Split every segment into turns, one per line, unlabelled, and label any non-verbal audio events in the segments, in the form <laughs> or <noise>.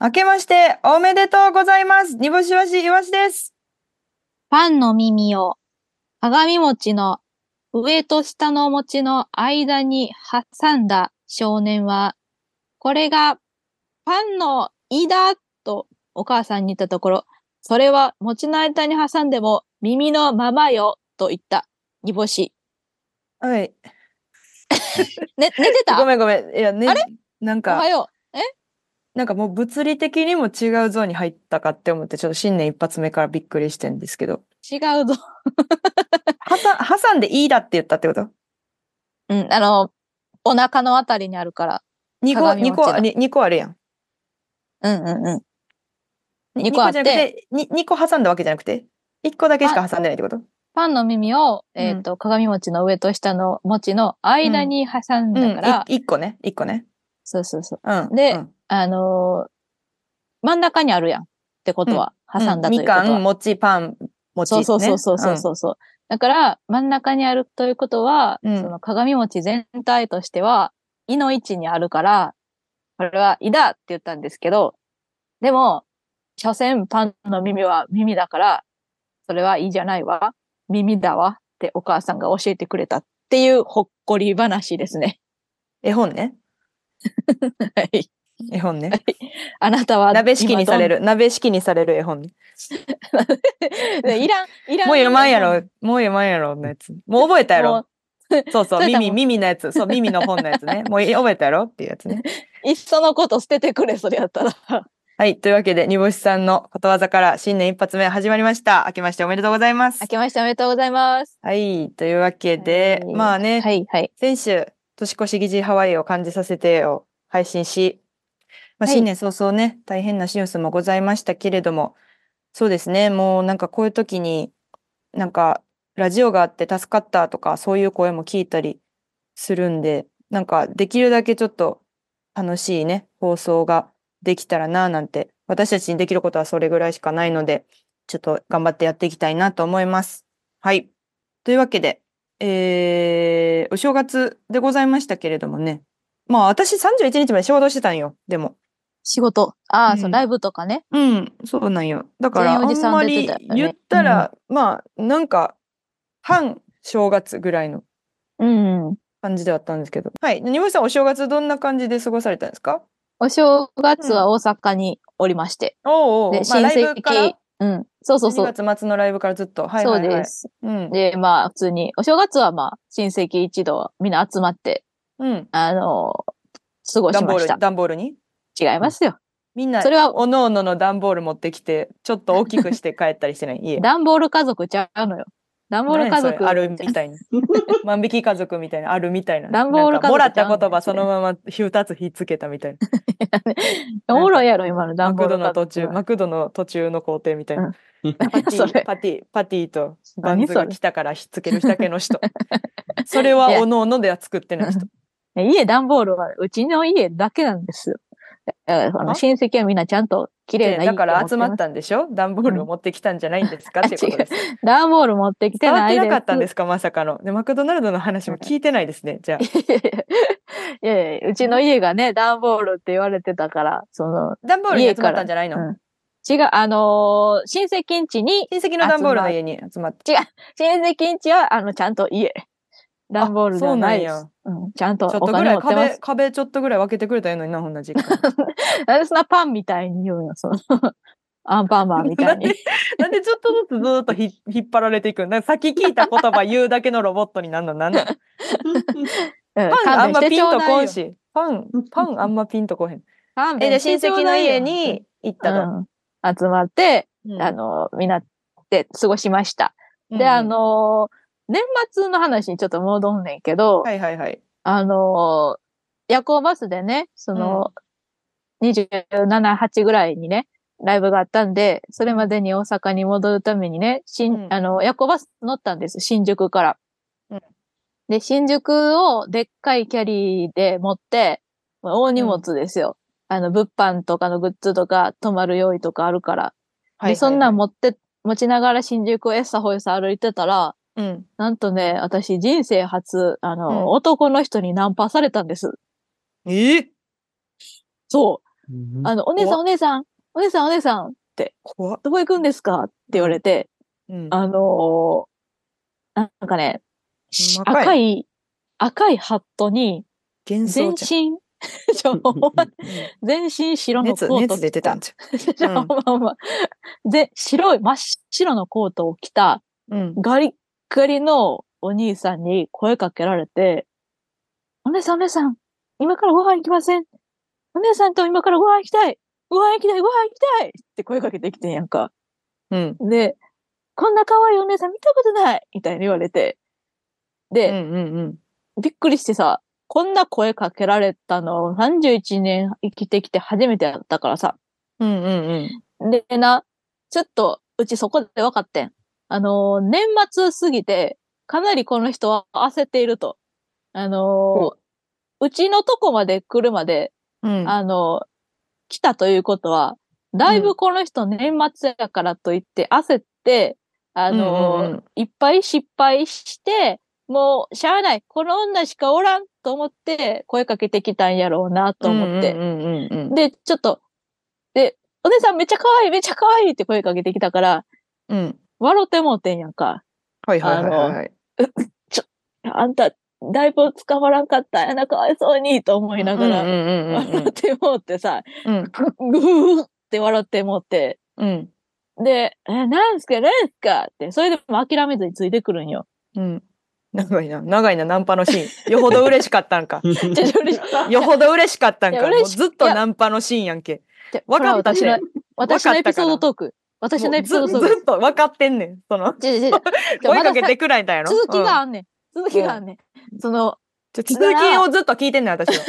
明けましておめでとうございます。煮干しわしいわしです。
パンの耳を、鏡餅の上と下の餅の間に挟んだ少年は、これがパンの胃だとお母さんに言ったところ、それは餅の間に挟んでも耳のままよと言った。煮干し。
はい。 <laughs>
ね、寝てた
ごめんごめん。いや、ね、
あれ
なん
おは
か、
よ
なんかもう物理的にも違うゾーンに入ったかって思って、ちょっと新年一発目からびっくりしてんですけど。
う。違うぞ。 <laughs>
挟挟んでいいだって言ったってこと
うん、あの、お腹のあたりにあるから。
二個、
鏡
二
餅
個、
だ
に二個あるやん。
うんうんうん。
に
二個あっ
じ
て
ゃなくて、に二個挟んだわけじゃなくて、一個だけしか挟んでないってこと
パンの耳を、
うん
えっ、と、鏡餅の上と下の餅の間に挟ん
う
だ
ん
から、。
い一個ね、一個ね。
そうそうそう。
うん。
で
うん
あのー真ん中にあるやんってことは、挟んだとい
み
うことは。
かん、餅、パン、餅、
そう
ね。
そうそうそうそうそう。だから、真ん中にあるということは、
うん
その鏡餅全体としては、胃の位置にあるから、これは胃だって言ったんですけど、でも、所詮パンの耳は耳だから、それは胃じゃないわ。耳だわってお母さんが教えてくれたっていうほっこり話ですね。
うん絵本ね。
はい
絵本ね。
<laughs> あなたは
鍋式にされ
る。
る。鍋式にされる絵本ね。
でいらん、いらん。
もう読まんやろ。もう読まんやろのやつ。もう覚えたや
も
ろ
う。
そうそう。
覚えたもん
耳、耳のやつ。そう、耳の本のやつね。もう覚えたやろっていうやつね。
いっそのこと捨ててくれ、それやったら。
はい。というわけで、煮干しさんのことわざから新年一発目始まりました。明けましておめでとうございます
<laughs> 明。けましておめでとうございます。
はい。というわけで、
はい
まあね、
はいはい。
先週、年越し疑似ハワイを感じさせてを配信し、まあ、
はい
新年早々ね、大変なニュースもございましたけれども、そうですね、もうなんかこういう時に、なんかラジオがあって助かったとか、そういう声も聞いたりするんで、なんかできるだけちょっと楽しいね、放送ができたらな、なんて、私たちにできることはそれぐらいしかないので、ちょっと頑張ってやっていきたいなと思います。はい。というわけで、えーお正月でございましたけれどもね。まあ私31日まで仕事してたんよ、でも。
仕事。ああ、
うん
そう、ライブとかね。
うん、そうなんよ。だからあ
全員おじ
ん
さん
ま
出
り
てたよね
言ったら、まあなんか半正月ぐらいの
うん。
感じではあったんですけど。はい。にぼしさんお正月どんな感じで過ごされたんですか
お正月は大阪におりまして。
おうおう
で、
まあ
親
ライブから
戚。。うん。そうそうそう。
2月末のライブからずっと。はい
そ
は
う
いはい。
です。
うん。
で、まあ、普通に、お正月はまあ、親戚一同、みんな集まって、
うん。
あのー過ご
段
し
ボー
まし
ル
た
に、。段ボールに。
違いますよ。
みんな、
それは
おのおのの段ボール持ってきて、ちょっと大きくして帰ったりしてない家。
ダンボール家族ちゃうのよ。ダンボール家
何それ
族。
あるみた
<laughs>
いな万引き家族みたいなあるみたいな
段ボール家族
なんかもらった
じゃん
言葉そのまま2つひっつけたみたいな
おもろいやろ、今のダ
マ
ンボ
ク
ー
ド
ル家
の
族
途中マクドの途中の工程みたいな、パテ
そ
ィ
れ
パティパティとバンズ
何
が
それ
来たからひっつけるだけの人それはい
や
おのおのでは作ってない人
ね家、段ボールは、うちの家だけなんですよ。だからあ
あ
の親戚はみんなちゃんと <laughs> 綺麗
で
な。
だから集まったたんでしょ段ボールを持ってきたんじゃないんですか、っていうことです
段ボール持ってきて
伝わっ
ない
て
です。。
なかったんですすかまさかのでマクドナルドの話も聞いてないですねじゃあ
<laughs> いやいや、うちの家がね、段ボールって言われてたから、その、
段ボールに集まったんじゃないの、
家から違う、あのー親戚んちに、
親戚の段ボールの家に集まって
親戚んちは、あの、ちゃんと家。段ボールじゃないで
あそうなんや
す。うん、ちゃんと
ちょっ
お
とぐらい
金持ってま
壁
す。
壁ちょっとぐらい分けてくれたらいいのになほんな実
<laughs>
家
なんでそんなパンみたいに言うのその、アンパンマンみたいに。
<laughs> なんでちょっとずつずーっとひ引っ張られていくのなんか先聞いた言葉言うだけのロボットになんのなんの
うん
パンあん
<laughs> 勘弁
ま
して
ピ
ち
ン
ょう
と
だいよ
こんしパンパンあんまピンとこへん
勘
えじゃあ親
弁してち
戚
ょう
の
だいよ
家に行ったと、
うん、集まって、
うん
あの、みんなで過ごしました。で、あ、の、年末の話にちょっと戻んねんけど、
うんはいはいはい
あの、夜行バスでね、その、27、8ぐらいにね、ライブがあったんで、それまでに大阪に戻るためにね、新
うん
あの、夜行バス乗ったんです、新宿から。
うん
で、新宿をでっかいキャリーで持って、まあ大荷物ですよ。あの、物販とかのグッズとか、泊まる用意とかあるから。
はいはいはい
で、そんなん持って、持ちながら新宿をエッサホイサ歩いてたら、
うん
なんとね、私人生初、あの、
うん
男の人にナンパされたんです。
え
そう。
うん
あの、お姉さん
怖
お姉さん、お姉さんお姉さん、
怖っ。
どこ行くんですかって言われて、
うん。
あのーなんかね、し
赤い
赤い、赤いハットに、
幻
全
想じ
身、 <laughs> ちょほんま
ゃん。うん
全身白のコ
熱、
ート。
熱出てたんじ
じゃあ、
うん
<laughs> まあまあ。で、白い、真っ白のコートを着た、
ゃん。うん。
ガリッガリのお兄さんに声かけられて、お姉さん、お姉さん、今からご飯行きませんお姉さんと今からご飯行きたいご飯行きたいご飯行きたいって声かけてきてんやんか。
うん。
で、こんな可愛いお姉さん見たことないみたいに言われて。
うん
で、
うんうん。
びっくりしてさ、こんな声かけられたの31年生きてきて初めてだったからさ。
うんうん
でな、ちょっと、うちそこで分かってん。あのー、年末過ぎて、かなりこの人は焦っていると。あのー、うちのとこまで来るまで、
うん。うん。
あのー、来たということは、だいうぶこの人年末やからといって焦って、あのー
うんうんうん
いっぱい失敗して、もう、しゃあない。この女しかおらんと思って、声かけてきたんやろうなと思って
う。んうんうんうん
で、ちょっと、で、お姉さんめっちゃ可愛い、めっちゃ可愛いって声かけてきたから、
うん。うん。
笑ってもうてんやんか。
はいはいはいはいはい。
あんた、だいぶ捕まらんかったんやな、かわいそうに、と思いなが
う
ら、
んうんうん
笑ってもうてさ、
うんうん。
ぐふーって笑ってもうて、
うん。
で、え、なんすか、なんすかって、それでも諦めずについてくるんよ。
うん。長いな、長いな、ナンパのシーン。よほど嬉しかったん
<laughs>
か。
ちょちょ嬉し
<laughs>
い
よほど嬉しかったん
いや
か。も
嬉
う
し
ずっとナンパのシーンやんけ。
ちょ
わかった
こ
て
れは私の、私の
わ
エ
かった
ピ
か
ソー
な
ドトーク。私のエピソード
も
ト
う
ー
ず
ク。
ずっと分かってんねん。その、
ちょちょちょちょ
声
まだ
か
さ
けてくらいたんやろ。
続きが
う
あ
ん
んねん。続きがあんねん。その、
ちょ続きをずっと聞いてんねん、私
<laughs>
は。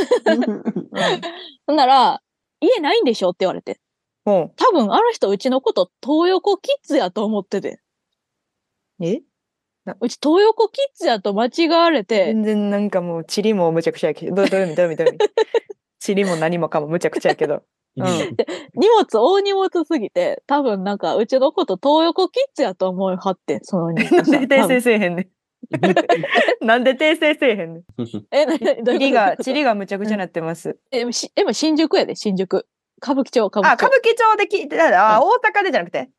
ほんなら、家ないんでしょって言われて。
うん。ほ
多分あの人うちのこと東横キッズやと思ってて。
うえ
うち東横キッズやと間違われて、
全然なんかもう、チリもむちゃくちゃやけど、どうどういう意味どういう意味どういう意味チリも何もかもむちゃくちゃやけど。うん
荷物大荷物すぎて、多分なんかうちのこと東横キッズやと思いはって <laughs> ん、その人
な
間
ん
さ
<laughs> で
ん
訂
多
正
分
せえへんねん。なんで訂正せえへんねん。
<laughs>
<laughs>
え、なに、どう
チリ
いうこ
が、
と
チリがむちゃくちゃなってます。
<laughs> え、しえもう新宿やで、新宿。歌舞伎町、歌舞伎
あ、
町。
歌
あ、
舞伎町で聞いて、あ、大阪でじゃなくて、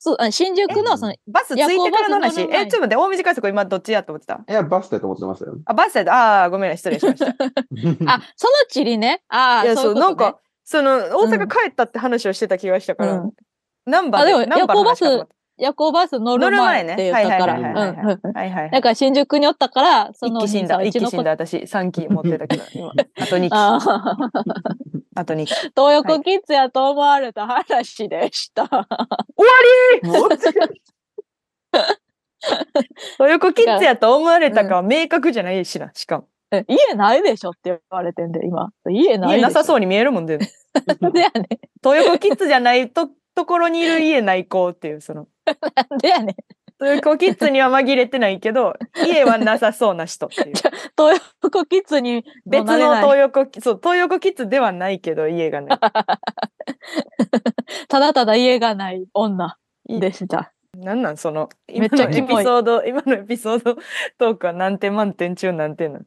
そう、あ新宿のその、
バスついてからの
夜行バス
話。
乗る前
え、ちょっと待って、大道快速今どっちやと思ってた
いや、バスだと思ってましたよ。
あ、バスやった。あーごめんな、失礼しました。
あ、そのチリね。 <laughs> あ
いや、
あ、そ
そう、
いううことね
なんか、その、大
う
阪
ん
帰ったって話をしてた気がしたか
う
ら
ん、
ナンバー
あでも
で、ナンバーの話かと思った
夜行バス
乗
乗
る
る前
前ね
って言ったから。う
はい
ん
はい
はいはい
うんうん
はいはいは
だ
い。
から新宿におったから、その
一気死んだ、
う
一
ち
気
の
死
こ
ん
と
だ、私、三期持ってたけ
<laughs>
ど、今、あと二期、あ <laughs>
あー
と二期。終
東横キッズやと思われた話でした。 <laughs>
わり豊子キッズやと思われたかは明確じゃないしな、しかも。
え家ないでしょって言われてんで、今。家ないでしょ。
家なさそうに見えるもんで、
なんでやね
豊子キッズじゃないと、 <laughs> ところにいる家ない子っていう、その、
ん。なんでやねん。
豊子キッズには紛れてないけ
<laughs>
ど、家はなさそうな人っていう。
東横キッズに
別
もなれ
の
ない
東横キ、そう、東横キッズではないけど、家がない。
ただただ家がない女でした。 <laughs>
なんなんその、
め
今
っちゃ
の
キ
エ
モい
ピソード、 <laughs> 今のエピソードトークは何点満点中何点な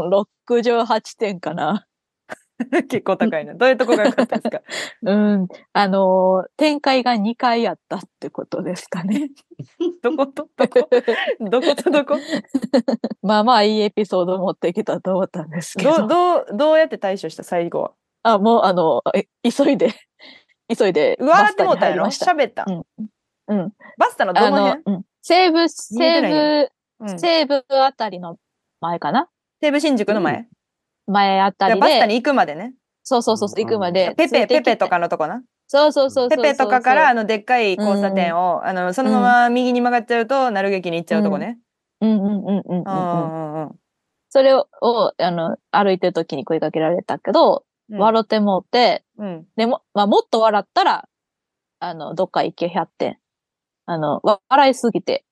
の
うん、68点かな。
<laughs> 結構高いな。どういうとこが良かったですか <laughs>
うん、あのー展開が2回あったってことです
<laughs>
かね。
どことど
<laughs>
こどことどこ
まあまあいいエピソード持ってきたと思ったんですけ
どう、
ど。
どう、どうやって対処した最後は。
あ、もうあの、え急いで、急いで。
うわーっても
バス
うた
タに入
や
り
ろ
ました。
喋った、
うんうん
バスタのど
あ
の
の
辺、
うん、西部、
見えてないう
西部、
ん、
西部あたりの前かな
西武新宿の前、
前あた
じゃあ
り
バスタに
で。
行くまでね。
そうそうそう、行くまで。
ペ
つい
ペ、
てき
ペ
て
ペと。かのとこな。
そうそうそうそう
ペ
そう。
ペとかから、あ、の、でっかい交差点を、あの、そのまま右に曲がっちゃうと、鳴る劇に行っちゃうとこね。
うんうんうんうんうん
う
うん。
んうんうん
それを、あの、歩いてる時に声かけられたけど、
うん。
笑ってもうて、
うん。
でも、まあもっと笑ったら、あの、どっか行けはってん。あの、わ笑いすぎて、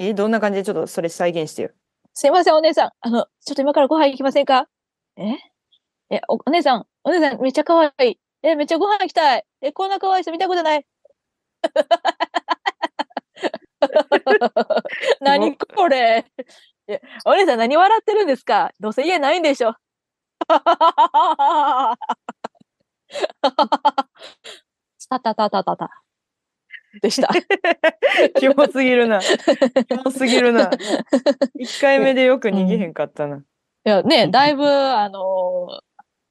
え、どんな感じでちょっとそれ再現してよ。 <laughs>
すいません、お姉さん。あの、ちょっと今からご飯行きませんかええお、お姉さん、お姉さん、めっちゃ可愛い。え、めっちゃご飯行きたい。え、こんな可愛い人見たことない。何これ。いやお姉さん、何笑ってるんですかどうせ家ないんでしょ。たたたたたた。でした。
キモすぎるな。キモすぎるな。1回目でよく逃げへんかったな。
いやね、だいぶ、あのー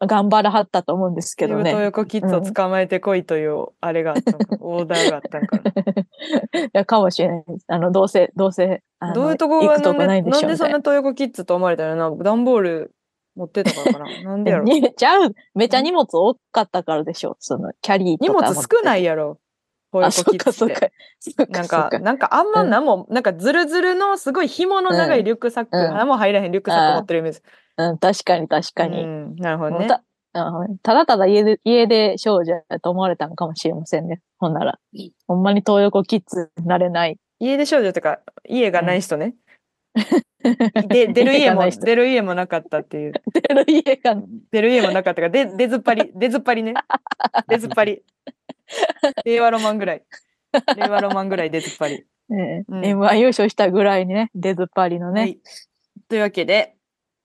頑張らはったと思うんですけ
自
ど
分と
ね。
横キッズを捕まえてこいというあれがあったのか、オーダーがあったのかな。
いや、かもしれないです。あの、どうせ、どうせ、 <laughs> あの
どういうとこ
行
が
くとこ
な
ない
んで
んでし
なんで
ょうみ
そ
た
ん
いな。
な東横キッズと思われたらな、段ボール持ってたからかな。なんでやろ。
で <laughs> めちゃう、めちゃ荷物多かったからでしょう。その、キャリーと
荷
か
物
持ってて。
少ないやろ。
あ、
東
そ
横
っ
キ
か
ッズ
そ
っ
ってか。そ
な
っか
ん
そっ
か
か、。
なんかあんま
うん
何も、なんかズルズルのすごい紐の長いリュックサック、
うん
何も入らへんリュックサック持ってるイメージ。
うん、確かに確か
う
に。
ん、なるほど
もう
ね。
たうんただただ家で、家で少女だと思われたのかもしれませんね。ほんなら。ほんまに東横キッズになれない。
家出少女とか、家がない人ね。で、出る家
がな
も、
い人
出る家もなかったっていう。
出る家がない
出る家もなかったから、で、出ずっぱり、出ずっぱりね。出ずっぱり。令和ロマンぐらい。令和ロマンぐらい出ずっぱり。
ね
うん
M1 優勝したぐらいにね、出ずっぱりの
は
<laughs> ね。
い。というわけで、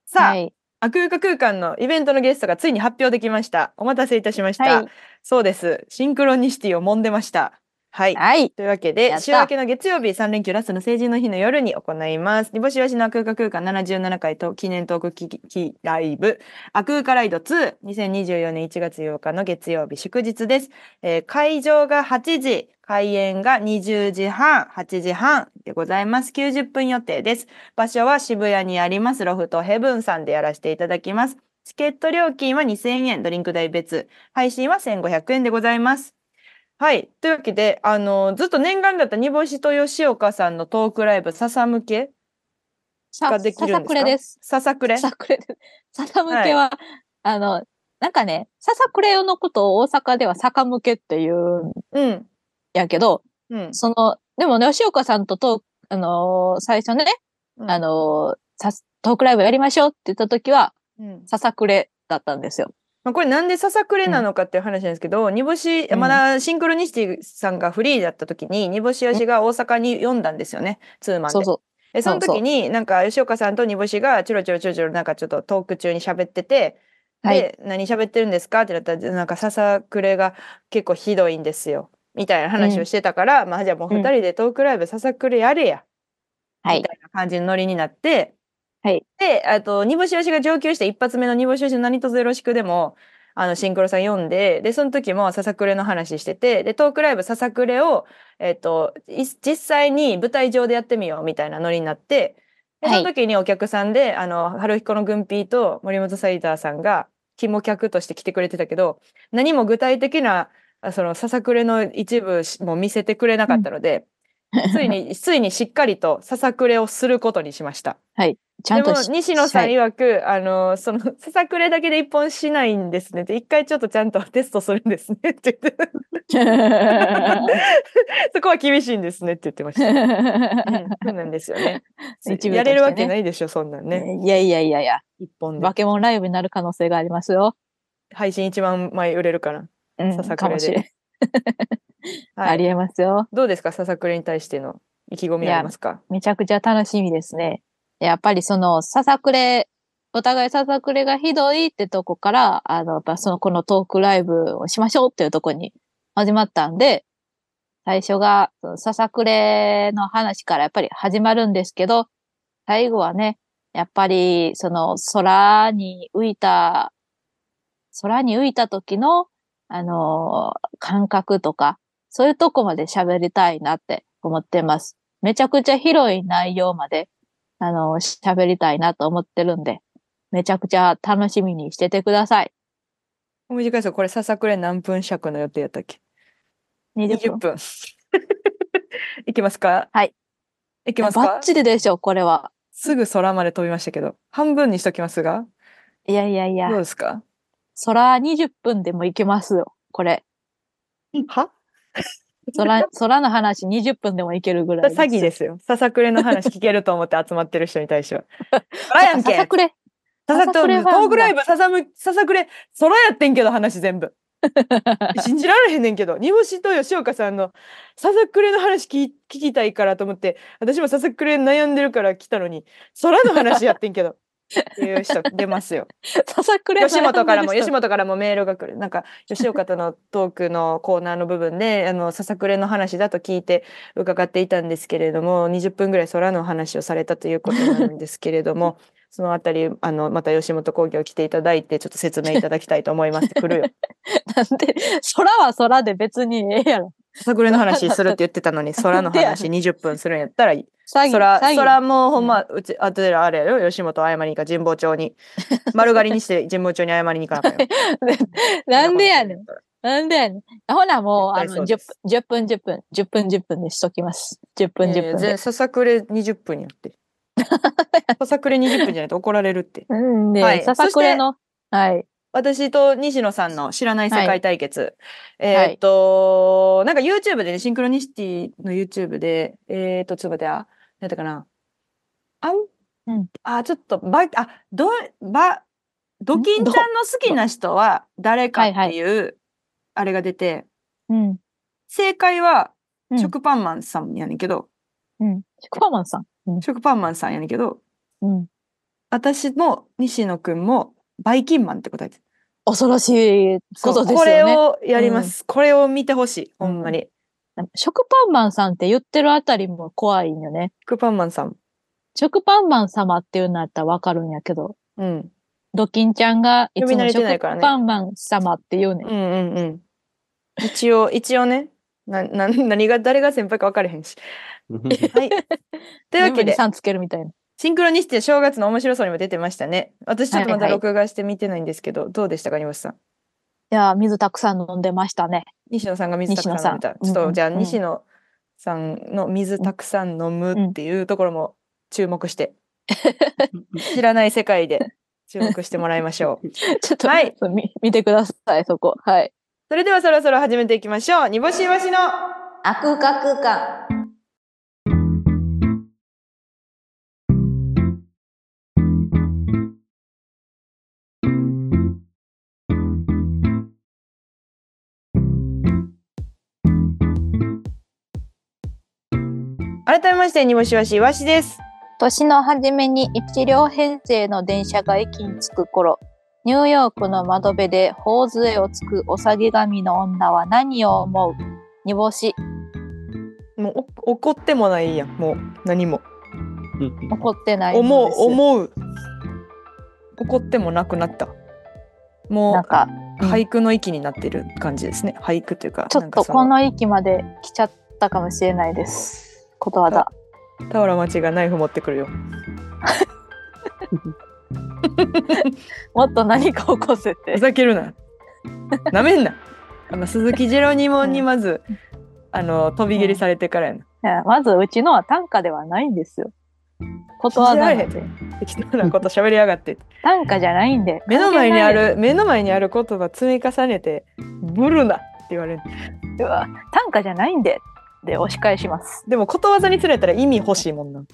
さあ、
はい。
悪床空間のイベントのゲストがついに発表できました。お待たせいたしました。
はい。
そうです。シンクロニシティを揉んでました。はい。
はい。
というわけ
や
で、
った
週明けの月曜日、3連休ラストの成人の日の夜に行います。煮干しわしの空間空間77回と記念トークキキライブ、ア空間ライド2、2024年1月8日の月曜日祝日です。えー会場が8時、開演が20時半、8時半でございます。90分予定です。場所は渋谷にありますロフトヘブンさんでやらせていただきます。チケット料金は2000円、ドリンク代別、配信は1500円でございます。はい。というわけで、あの、ずっと念願だった煮干しと吉岡さんのトークライブ、笹向け、
さ
ができるんですか
ささくれ
笹くれ。
です。ささくれです。 <laughs> ささむけは、あの、なんかね、ささくれのことを大阪ではさかむけっていうん
うん。
やけど、
うん。
その、でもね、吉岡さんとトーク、あのー最初ね、
うん
あ、のーさ、トークライブやりましょうって言った時は、
うん
ささくれだったんですよ。
まあ、これなんで笹くれなのかっていう話なんですけど、煮干し、
うん
まだシンクロニシティさんがフリーだった時に、煮干し吉が大阪に読んだんですよね、ツーマンで。
そうそ
えその
そうそう
時になんか吉岡さんと煮干しがちょろちょろちょろちょろなんかちょっとトーク中に喋ってて、
はい
で何喋ってるんですかってなったらなんか笹くれが結構ひどいんですよみたいな話をしてたから、まあじゃあもう
うん
二人でトークライブ笹くれやれや、
う。はい
み。たいな感じのノリになって、
はい、
であと煮干しよしが上級して一発目の煮干しよしの何卒よろしくでもあのシンクロさん読んででその時も笹くれの話しててでトークライブ笹くれを、えっとい実際に舞台上でやってみようみたいなノリになってで
は
そ
い
の時にお客さんで、あの春彦の軍ピーと森本サイダーさんが肝客として来てくれてたけど何も具体的なあその笹くれの一部も見せてくれなかったので。つい
<laughs>
に、ついにしっかりとささくれをすることにしました。
ちゃ
で
ん
も
とし、 <laughs>
西野さん
はい
曰く、あの、そのささくれだけで一本しないんですね。で、一回ちょっとちゃんとテストするんですねって <laughs> 言って、そこは厳しいんですねって言ってました。うん、そうなんですよね。
<laughs> 一部
やれる
と
わ
してね
けないでしょ、そんなんね。
いやいやいやいや、
一本で
バ。ケモンライブになる可能性がありますよ。
配信一万枚売れるから。
うん、
ささくれで
かもしれん、
は
あり
い。
えますよ。
どうですか、ささくれに対しての意気込みありますか
めちゃくちゃ楽しみですね。やっぱりその、ささくれ、お互いささくれがひどいってとこから、あの、やっぱその、このトークライブをしましょうっていうとこに始まったんで、最初が、そのささくれの話からやっぱり始まるんですけど、最後はね、やっぱり、その、空に浮いた、空に浮いた時の、あの感覚とか、そういうとこまで喋りたいなって思ってます。めちゃくちゃ広い内容まで、あの、喋りたいなと思ってるんで、めちゃくちゃ楽しみにしててください。
短いですよ。これささくれ何分尺の予定やったっけ
20
20
分。
分。 <laughs> いきますか
はい。
いきますか
バッチリでしょ、これは。
すぐ空まで飛びましたけど、半分にしときますが、
いやいやいや
どう、ですか
空20分でもいけますよ、これ。 <laughs>
は
空、空の話20分でもいけるぐらい。。
詐欺ですす
<laughs>
よ。ささくれの話聞けると思って集まってる人に対しては。空やん
さ
け
さくれ。
ささ
ささくれファ
ト
ンだ
ークライブ、ささむ、ささくれ、空やってんけど話全
<laughs>
部。信じられへんねんけど、煮干しと吉岡さんのささくれの話聞き聞
<laughs>
きたいからと思って、私もささくれ悩んでるから来たのに、空の話やってんけど、っていう人出ますよ。
笹倉
吉本からも、吉
本。
本からもメールが来る。なんか、吉岡とのトークのコーナーの部分で、あの、ささくれの話だと聞いて伺っていたんですけれども、20分ぐらい空の話をされたということなんですけれども、 <laughs> そのあたり、あの、また吉本興業来ていただいて、ちょっと説明いただきたいと思います。来る
<laughs>
よ。
<laughs> なんで、空は空で別にええやろ。
ささくれの話するって言ってたの
<laughs>
に、空の話20分するんやったらいい。
詐欺。
そら、
詐欺
そらもうほんま、うち、あとであれやろ、吉本謝りにか神保町に。丸刈りにして神保町に謝りに行かなあかんよ
<laughs> なんでやねん。なんでやねん。ほな、もう、あ
絶対そ
の、
うで
10
す
分、10分、10分、10分、10分でしときます。10分、10分
いやい
で
や。ささくれ20分や
<laughs>
って。ささくれ20分じゃないと怒られるって。
うん
は
で、
い
ささくれの、はい。
私と西野さんの知らない世界対決。え
はい
ーっと、なんか YouTube でね、シンクロニシティの YouTube で、えーっと、ちょっと待って、あ、なんだかな。あん、
うん
あ、ちょっと、ば、あ、ど、ば、ドキンちゃんの好きな人は誰かっていう、あれが出て、
うん。
正解は
うん
食パンマンさんやねんけど、
うん。シクワマンさん。
食パンマンさんやねんけど、
うん。
私も西野くんもバイキンマンって答えてる
恐ろしいことです
これ
よね。
をやります、これを見てほしいほんまに、
食パンマンさんって言ってるあたりも怖いんよね。
クパンマンさん
食パンマン様っていうのやったらわかるんやけど、
うん
ドキンちゃんがいつ
呼び慣
も
れてない
食
からね
パンマン様って言うね。
うんんうんうん一応一応ねな <laughs> な何が誰が先輩か分かれへん
<laughs>
しはい <laughs> というわけ
全部に
で
さんつけるみたいな。
シンクロニシティ正月の面白そうにも出てましたね私ちょっとま
は
だ
いはい
録画して見てないんですけど、どうでしたか西さん
いやー、水たくさん飲んでましたね。 <laughs>
西野さんが水たくさん飲んでたち
西
ょっ
野さん
とじゃあ
うんうん
西野さんの水たくさん飲むっていうところも注目して知らない世界で注目してもらいましょう。
ちょっと、
はい
み <laughs> 見てください、そこ。はい。
それではそろそろ始めていきましょう。煮干しいわしの
あ空間空間。
改めまして煮干しいわしいわしです。
年の初めに一両編成の電車が駅に着く頃、ニューヨークの窓辺で頬杖をつくおさげ髪の女は何を思う煮干し、
もうお怒ってもないやん。もう何も。
怒ってない
思う
のです。
思う。怒ってもなくなった。
なん
も
か、
う俳句の域になってる感じですね。俳句というか。
ちょ
な
っ
んか
と
そ
この域まで来ちゃったかもしれないです。ことわざ。
タオラ町がナイフ持ってくるよ。
もっと何か起こせ
ふ
て。
ざけるな。なめんな。あの鈴木ジェロニモにまず、あの飛び蹴りされてからやな。
いやまずうちのは短歌ではないんですよ。ことわざな
信
ん
じ
で。
適当なこと喋りやがって。
短歌じゃないんで。
目の前にあ
関係ない。
る目の前にある言葉積み重ねてブルなって言われる
うわ短歌じゃないんで。で、押し返します。
でもことわざにつれたら意味欲しいもんな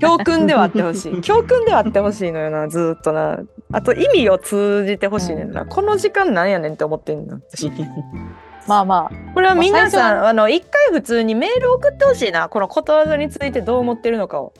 教訓ではあってほしい教訓ではあってほしいのよなずーっとなあと意味を通じてほしいねんな、この時間なんやねんって思ってんの私
まあま
これは皆
まあ
さ
最
ん、あの一回普通にメール送ってほしいなこのことわざについてどう思ってるの <laughs> かを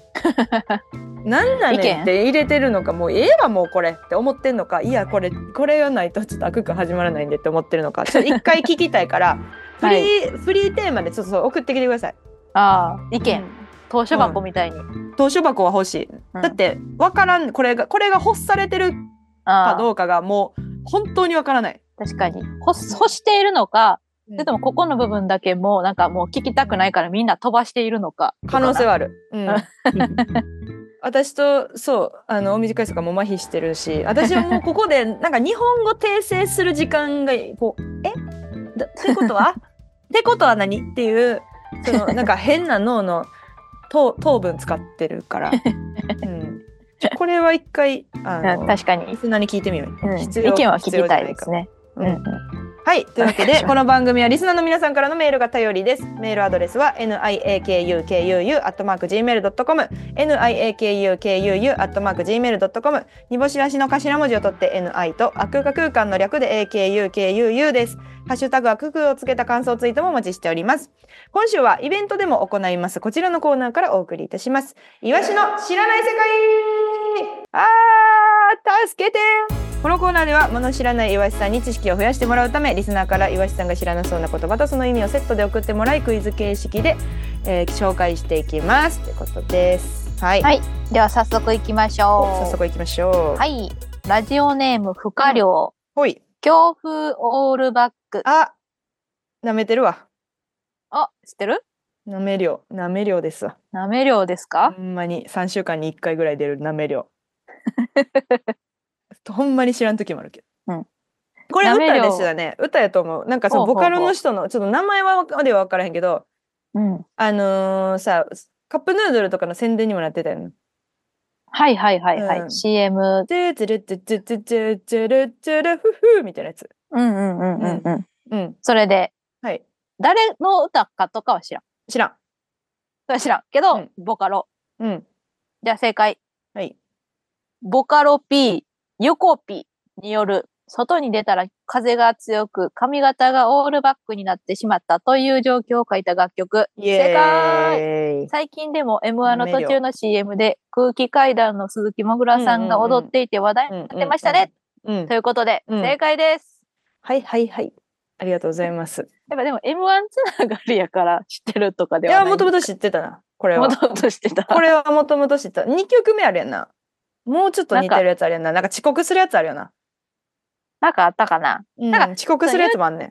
なんな
意
ねん
見
って入れてるのかもうええわもうこれって思ってんのかいやこれこれがないとちょっと悪く始まらないんでって思ってるのかちょっと一回聞きたいから <laughs> フリー、フリーテーマでちょっとそう送ってきてください
あ、ああ、意
う
見、
ん
投書箱みたいに。
投書箱は欲しい、
うん
だってわからんこれがこれが欲されてるか
ああ、
どうかがもう本当にわからない
確かに。干す干しているのか、
うん
それともここの部分だけもうなんかもう聞きたくないからみんな飛ばしているのか。
可能性はある、うん
な
<laughs> 私とそうあの短いとかも麻痺してるし私はもうここで <laughs> なんか日本語訂正する時間がこうえだってこと
<laughs>
はってことは何っていうそのなんか変な脳の糖糖分使ってる
<laughs>
から、うん、ちょこれは一回あ
う
の
ん確かに
リ。スナーに聞いてみよう、
うん、
必要
意見は聞
必要
き
じゃ
た
ないか
ですね。
う
うんん、
はい、というわけ
お
で
願いします
この番組はリスナーの皆さんからのメールが頼りです。メールアドレスは niakukuu@gmail.com、niakukuu@gmail.com、にぼしわしの頭文字を取って ni と空間空間の略で akukuu です。ハッシュタグは空空をつけた感想ツイートもお待ちしております。今週はイベントでも行いますこちらのコーナーからお送りいたします。いわしの知らない世界。あー助けてこのコーナーでは物知らない岩井さんに知識を増やしてもらうためリスナーから岩井さんが知らなそうな言葉とその意味をセットで送ってもらいクイズ形式で、えー紹介していきますということです。はい、
はいでは早速いきましょう。
早速行きましょう。
はい。ラジオネーム、不可量。
ほい
強風オールバック。
あ舐めてるわ
あ、知ってる
舐め量舐め量ですわ
なめ量です
ほ
か、
んまに3週間に1回ぐらい出る舐め量 <laughs> ほんまに知らん時もあるけど、
うん
これ
舐め
歌
量
でしたね歌やと思うなんかその
ほうほ
ボ
うほう
カロの人のちょっと名前はわかでは分からへんけど
うん、
あのーさカップヌードルとかの宣伝にもなってたよね。
はいはいはいはい。
うん
CM。
チュルチュルチュルチュルチュルチュルチュルフフみたいなやつ。
うんうんうんうんうん。
うん。
それで、
はい。
誰の歌かとかは知らん。
知らん。
それは知らんけど、
うん
ボカロ。
うん。
じゃあ正解。
はい。
ボカロ P、ユコ P による、外に出たら風が強く、髪型がオールバックになってしまったという状況を書いた楽曲。
イ
正解
エーイ。
最近でも M1
舐
の
め
途
量
中の CM で空気階段の鈴木もぐらさんが踊っていて話題になってましたね。
うん。うん
ということで、
うん
正解です。
はいはいはい。ありがとうございます。
やっぱでも M1 つながりやから知ってるとか
い
では
や、
ない。
もとも
と
と知ってたな。これは。
もともと知ってた。
これはもともと知った。2曲目あるやんな。もうちょっと似てるやつあるやんな。なんか遅刻するやつあるよな。
なんかあったかな
うん、
なんか
遅刻するやつもあんね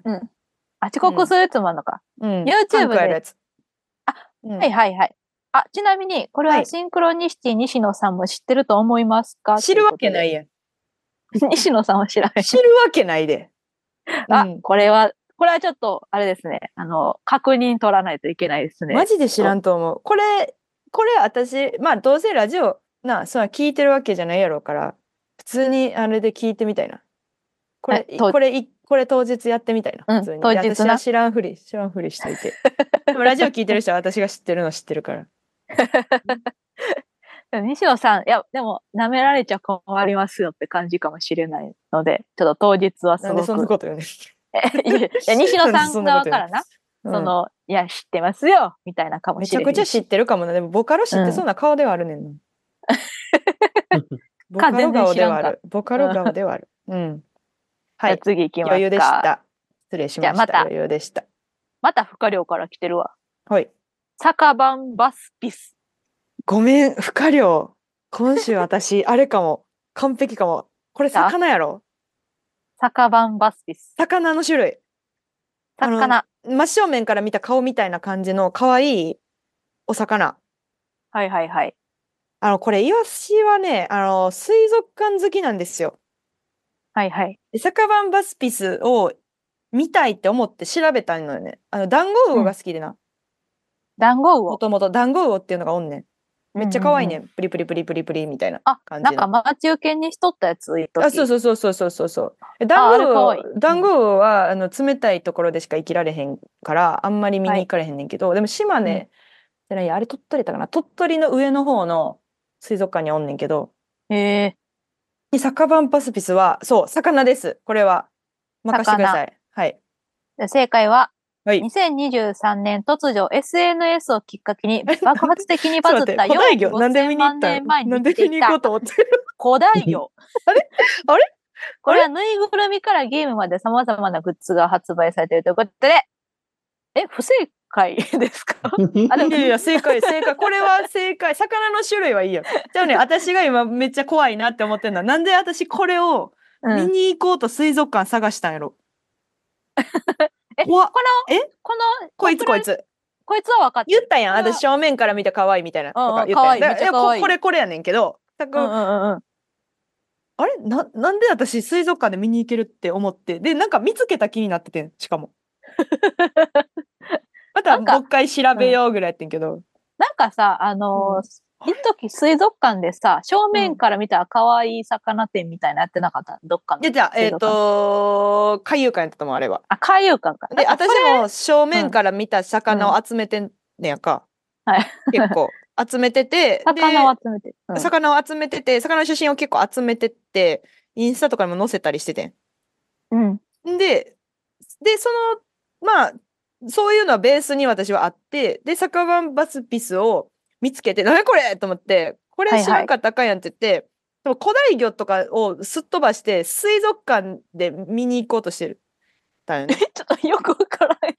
あ、遅刻するやつもあるのか。
ん。うん。
YouTube
パンクやるやつ。
あ、
うん、
はいはいはい。あ、ちなみに、これ
は
はいシンクロニシティ西野さんも知ってると思いますか
知るわけな。
と
いやん。
うことで <laughs> 西野さんは知らない。
知るわけないで。
あ
うん、
これは、これはちょっと、あれですね。あの、確認取らないといけないですね
マ。ジで知らんと思う。これ、これ私、まあどうせラジオ、なあ、そんな聞いてるわけじゃないやろうから、普通にあれで聞いてみたいな。これ、
はい
い
当
これ、いこれ当日やってみたいな。
うん
普通に。
当日
で私
な
は知らんふり、知らんふりしと
<laughs>
いて。でもラジオ聞いてる人は私が知ってるの知ってるから。
でも西野さん、いや、でも、舐められちゃ困りますよって感じかもしれないので、ちょっと当日はす
なん
ご
でそんな
く。
ことよね。
<laughs> いやい
<laughs>
や西野さん側からな、
うん
その、いや、知ってますよ、みたいなかも
め
し
ちゃ
れ
く
ない。
ちゃ知ってるかもな。でも、ボカロ知ってそうな顔ではあるねん
<laughs>
な。ボカロ顔ではある。ボカロ顔ではある。うん。は
じゃあ
い。
次行きますか。
余裕でした。失礼しま
じゃあ
し
ま
た。
た
余裕でした。
また、不可量から来てるわ。
はい。
酒版バスピス。
ごめん、不可量。今週私、あれかも。完璧かも。これ
さ
魚やろ
酒版バスピス。
魚の種類。あの
魚。
真正面から見た顔みたいな感じの可愛いお魚。
はいはいはい。
あの、これ、イワシはね、あの、水族館好きなんですよ。
はいはい。
で酒版バスピスを見たいって思って調べたのよね。あの、団子魚が好きでな。
団子魚
も。ともと団子魚っていうのがおんねん。めっちゃ可愛いね
うんうんうん。
ん。プリプリプリプリプリみたいな
あ
感、じの。
なんか待ち受けにしとったやついと
あ、そう
そ
そうそうそうそうそうそう。え団子
ああ
魚
れ可愛い
団子魚はあの冷たいところでしか生きられへんからあんまり見に行かれへんねんけど、でも島根、
うん
じゃないやあれ鳥取だったかな鳥取の上の方の水族館におんねんけど
う。へえ。
に酒版パスピスはそう魚ですこれは任せてくださいはい
で正解は、
はい
2023年突如 SNS をきっかけ
<laughs>
に爆発的にバズっ
ちょったと待って古代魚
4
なんで見に行っ
万
た
年前
ん
に
な
生
んで
きて
見に
い
行こ
た
うと思ってる
古代魚。
<laughs> あれ
これはぬいぐるみからゲームまで様々なグッズが発売されているということで、え、不正解ですかあで
い
も
やいや正解正解これは正解魚の種類はいいよじゃ
<laughs>
あね私が今めっちゃ怖いなって思ってるのはなんで私これを
う
見
ん。
に行こうと水族館探したんやろ。
え、こ
怖
の
っ、え
この、
こいつこい
つ。
つ。
こいつは分かって
言
る。
ったやん。
これは
私正面から見て可愛いみたいな。と
うんうん
か言ったやん
可愛いめっちゃ
だから
可
や
愛い
ここれこれやねんけど。だから
うんうんうんうん。
あれななんで私水族館で見に行けるって思ってでなんか見つけた気になっててんしか
<laughs>
もまた
な
も
んか
う一回調べようぐらいやってんけど、
なんかさ、あのー、一時水族館でさ、正面から見たら可愛い魚店みたいなのやってなかったどっかの
で。じゃあえっ、
水族館
と海遊館やったと思うあれは
あ、海遊館か。
で
なんか
私
それ
も正面から見た魚を集めてんねやんか、
うんはい
結構集めててで
<laughs> 魚を集めてる。うん
魚を集めてて魚の写真を結構集めてってインスタとかにも載せたりしてて
うん。
んででそのまあそういうのはベースに私はあってで酒版バスピスを見つけて「何これ!」と思って「これ知らんかったらあかんやん」って言って、でも古代魚とかをすっ飛ばして水族館で見に行こうとしてる。だ
<laughs>
よね。
ちょっとよくわからない。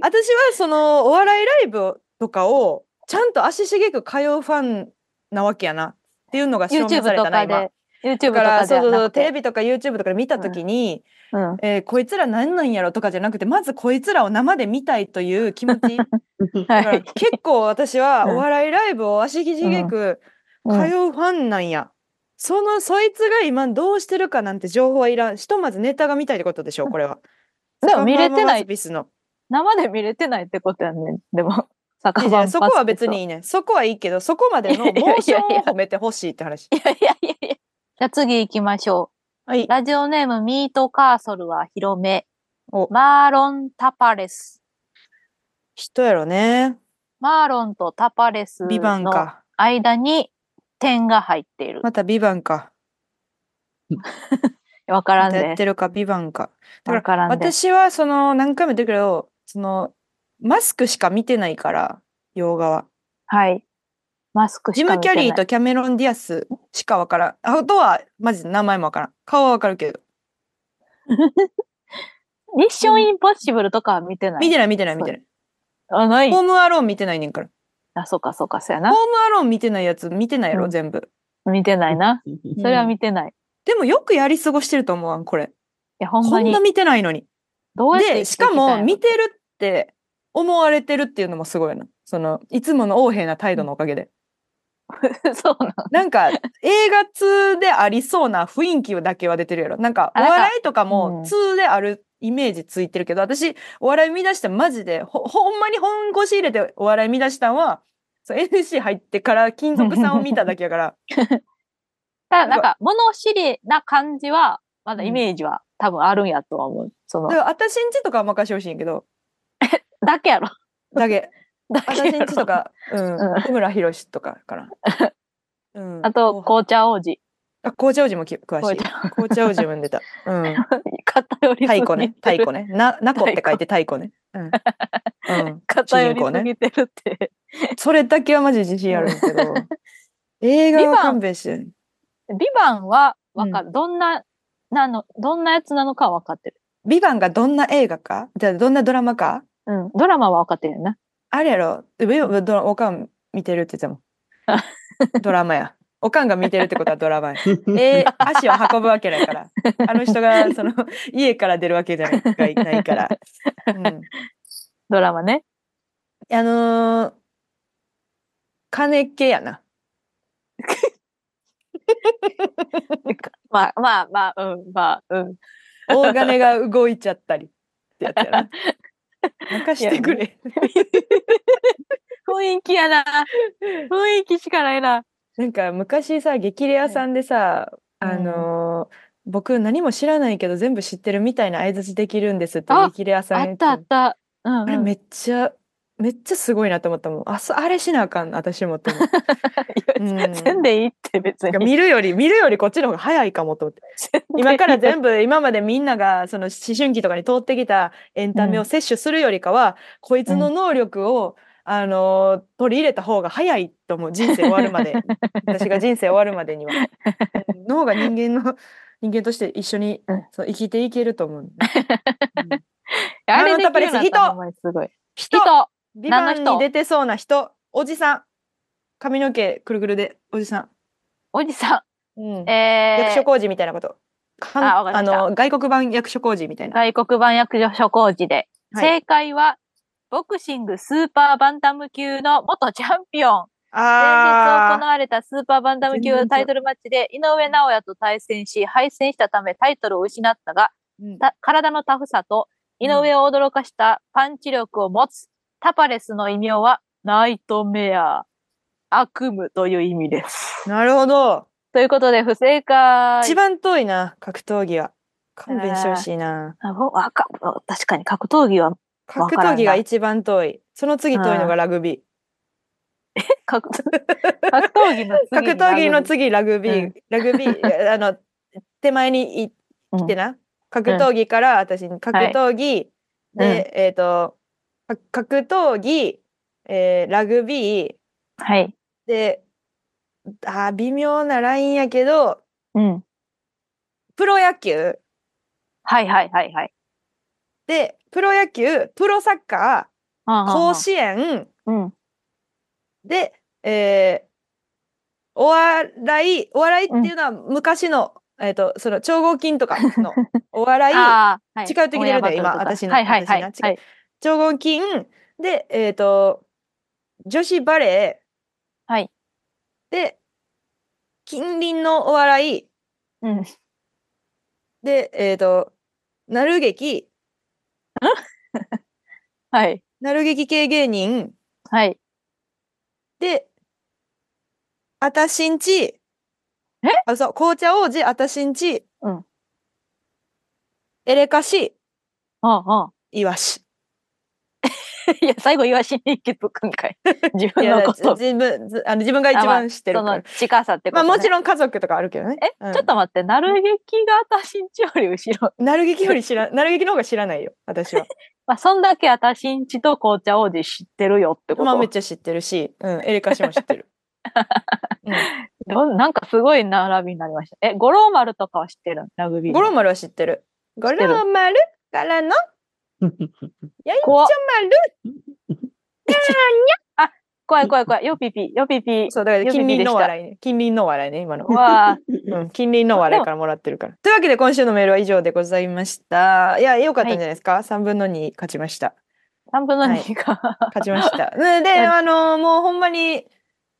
私はそのお笑いライブとかをちゃんと足しげく通うファンなわけやなっていうのが証
<laughs> YouTube
明され
と
たな
か
今。
で。
だ
YouTube と
から
かで
そう
は
そうそ
な
う
くて。
テレビとか YouTube とかで見た時に、
うん。
えーこいつら何なんやろとかじゃなくてまずこいつらを生で見たいという気持
<laughs>
ちだか
は
ら
い。
結構私は
う
お
ん
笑いライブを足しげく通
うん
うファンなんや。そのそいつが今どうしてるかなんて情報はいらん。ひとまずネタが見たいってことでしょこれは。
でも見れ
ス
てない
カパーママズビスの。
生で見れてないってことやね。でも、
いや
酒
いや
場
そこは別にい。いね。そこはいいけど、そこまでのモーション
<laughs> いやいや
を
いや
褒めてほしいって話。
いやいやいやいや。じゃあ次行きましょ
はい。
う。ラジオネームミートカーソルは広め。
お
マーロンタパレス。
人やろね。
マーロンとタパレス
ビバン
の
か。
間に点が入っている。
またビバンか。
わから
ま
ん
たや
で
っ。てるか、ビバンか。だ
わからんで。
私はその何回も言ってるけど、そのマスクしか見てないから、洋画は。
はい。マスクし
ジ
か
ム・
見
キ
て
ャ
ない。
リーとキャメロン・ディアスしかわからん。あとは、マジで名前もわからん。顔はわかるけど。
ミッションインポッシブルとかは見てない。
見てない、見てない、見てない。
あ、ない
ホ。ーム・アローン見てないねんから。
あ、そうか、そうか、そうや
ホー
な
ム。・アローン見てないやつ見てないや
う
ろ、
ん
全部。
見てないな。それは見てない。い
でもよくやり過ごしてると思わん、これ。
や、ほん
こ
ま
ん
に
な。見てないのに。
どうやって
で、しかも見
て。
てるって思われてるっていうのもすごいな。その、いつもの横柄な態度のおかげで。
<laughs> そうなん。
なんか、映画通でありそうな雰囲気だけは出てるやろ。なんか、お
あなんか
笑いとか
うん
も通であるイメージついてるけど、私、お笑い見出したマジで、ほ、ほんまに本腰入れてお笑い見出したんは、そう NC 入ってから金属さんを見ただけや
<laughs>
から、
ただ、なんか、物知りな感じは、まだイメージは多分あるんやとは思う。そ
だ
の
か、ら私んちとかは任してほしいんやけど、
だけやろ。
だけ、
だけ
私
や
んちと
ろ。 <laughs>
か、うん
うん、
小村博士とかかな。うん
あと、紅茶王子。
あ、紅茶王子もき詳し
紅
い。
茶
紅茶王子も出
<laughs>
た。うん。
王子。偏りす
太
ぎてる。
鼓ね。太鼓ね。な、なこって書いて太鼓ね。うん。うん。
偏
主
り
人公
す
ね
ぎてるって。
それだけはマジ自信あるんやけ <laughs> ど。映画は勘弁してる。
ビバンはわかる。どんな、なの、どんなやつなのかは分かってる。
ビバンがどんな映画かじゃあどんなドラマか
うん。ドラマは分かってるよな。
あれやろえビバンドラおかん見てるって言ってたも <laughs> ん。ドラマや。おかんが見てるってことはドラマや。 <laughs> えー足を運ぶわけないから。あの人が、 <laughs> その、家から出るわけじゃないないから。うん。
ドラマね。
あのー、金系やな。
まあまあまあ、うん、まあ、うん。
大金が動いちゃったりってやつや <laughs> な。泣かしてくれ。
雰囲
<laughs>
気やな。雰囲気しかないな。
なんか昔さ、激レアさんでさ、あのー僕何も知らないけど全部知ってるみたいな相槌できるんですって
あ
激レアさん
あ
言
ってたあった。うん、うん。
あれめっちゃ、めっちゃすごいなと思ったもん。あ、そあれしなあかんな、私もって思った。
<laughs>
うん
せんでいいって別
なんか
に。
見るより、見るよりこっちの方が早いかもと思って。 <laughs> 今から
<laughs>
全部今までみんながその思春期とかに通ってきたエンタメ
う
を
ん
摂取するよりかは、こいつの能力を、あのー取り入れた方が早いと思う人生終わるまで
<laughs>
私が人生終わるまでにはの方が人間の人間として一緒に、
うん
そう生きていけると思う
あ
あ
れ
の
で
タパレス
きるようになったのほんまにすごい。
人
人
ビバン
何の人
に出てそうな人おじさん髪の毛くるくるでおじさ
おじさ
ん、うん
ん。えー、
役所工事みたいなことかん
あわかりました
の外国版役所工事みたいな
外国版役所工事で。
はい
正解は、ボクシングスーパーバンタム級の元チャンピオン。先日行われたスーパーバンタム級タイトルマッチで井上尚弥と対戦し、敗戦したためタイトルを失ったが、
うん
た体のタフさと井上を驚かしたパンチ力を持つタパレスの異名はナイトメア、悪夢という意味です。
なるほど。
ということで不正解。
一番遠いな、格闘技は。勘弁してほしいな。
あほあか確かに格闘技は、ーわ
格
からんな
闘技が一番遠い。その次遠いの
う
がラグビ <laughs>
格格闘技の
ー。格闘技の次ラグビ
う
ー。ラグビ
<laughs>
ー、あの、手前にい来てな。格闘技から私に格闘技、で、えっと、か格闘技、えーラグビー、
はい。
で、あー微妙なラインやけど、
うん。
プロ野球
はいはいはいはい。
で、プロ野球、プロサッカー、甲
甲
子園
うん。
で、えーお笑い、お笑いっていうのは昔の、えっ、と、その、超合金とか
<laughs>
のお笑い、
ああ、
違う時出るで今私の
はいはいはい。
私
は
の
い
超合金で、えっ、と、女子バレー、
はい
で、近隣のお笑い、
うん。
で、えっ、と、なる劇、
はい。
なる劇系芸人、
はい。
で、あたしんち。えあ、そう、紅茶王子、あたしんち。
うん。
エレカシ、
うんうん。
イワシ。
<laughs> いや、最後言わしに行けとく
<laughs>
んかい。自分のこ
いや
と。
自分、ずあの自分が一
あまあ
番知ってる
そ
から。
の近さってこ
まあ
と、ね。
もちろん家族とかあるけどね。
え、
うん
ちょっと待って、なるげきが私んちより後ろ。 <laughs>
なる劇より知ら、なる劇の方が知らないよ、私は。
まあ、そんだけ私んちと紅茶王子知ってるよってこと。
まあめっちゃ知ってるし、うん、エレカシも知って
<laughs>
る。う
どんなんかすごい並びになりました。え、五郎丸とかは知ってるラグビー
ん、
の。
五郎丸は知ってる。五
てる
郎丸からの、やいちょ
怖っ
丸。
<laughs> 怖い怖い怖い。よぴぴ、よぴぴ。
そう、だから
指
近隣
でし
の
た
笑いね。近隣の笑いね、今の。
わ
う
あ、
ん、近隣の笑いからもらってるから。というわけで今週のメールは以上でございました。いや、良かったんじゃないですか、?3 分の2勝ちま <laughs> した。
3分の2か。
勝ちました。 <laughs> ねで、
い
あのもうほんまに、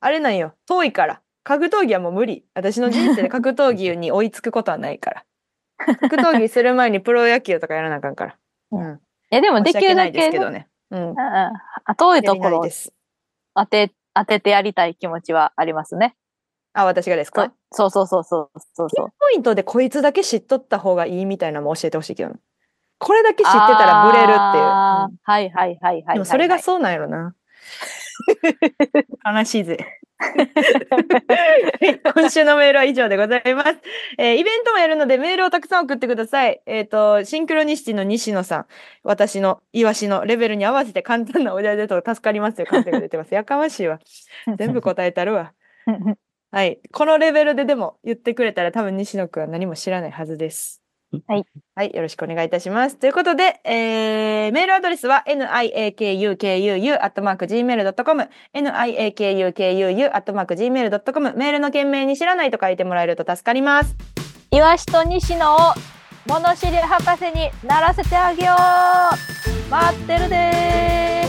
あれなんよ。遠いから。格闘技はもう無理。私の人生で格闘技に追いつくことはない <laughs> から。格闘技する前にプロ野球とかやらなあかんから。うん。
<laughs> え、でも
申
で
し
き
訳
る
な
だ
いです
け、
け
ね、
どね。うん。
うんうん遠いと
やりな
ころ
い
を
です。
当て、当ててやりたい気持ちはありますね。
あ、私がです
そ
か
そうそうそうそうそうそう。
ポイントでこいつだけ知っとった方がいいみたいなのも教えてほしいけどね。これだけ知ってたらブレるっていううん
あ。ーはいはいはいはいはいはい。
でもそれがそうなんやろな。悲しい
<laughs>
ぜ。今週のメールは以上でございます。えーイベントもやるのでメールをたくさん送ってください。えっ、と、シンクロニシティの西野さん、私のイワシのレベルに合わせて簡単なお題だと助かりますよ。感性が出てます。やかましい
<laughs>
わ。全部答えたるわ。はい。このレベルででも言ってくれたら多分西野くんは何も知らないはずです。
はい。
はい。よろしくお願いいたします。ということで、えー、メールアドレスは niakukuu.gmail.com niakukuu.gmail.com メールの件名に知らないと書いてもらえると助かります。
<laughs> イワシと西野を物知り博士にならせてあげよう待ってるでー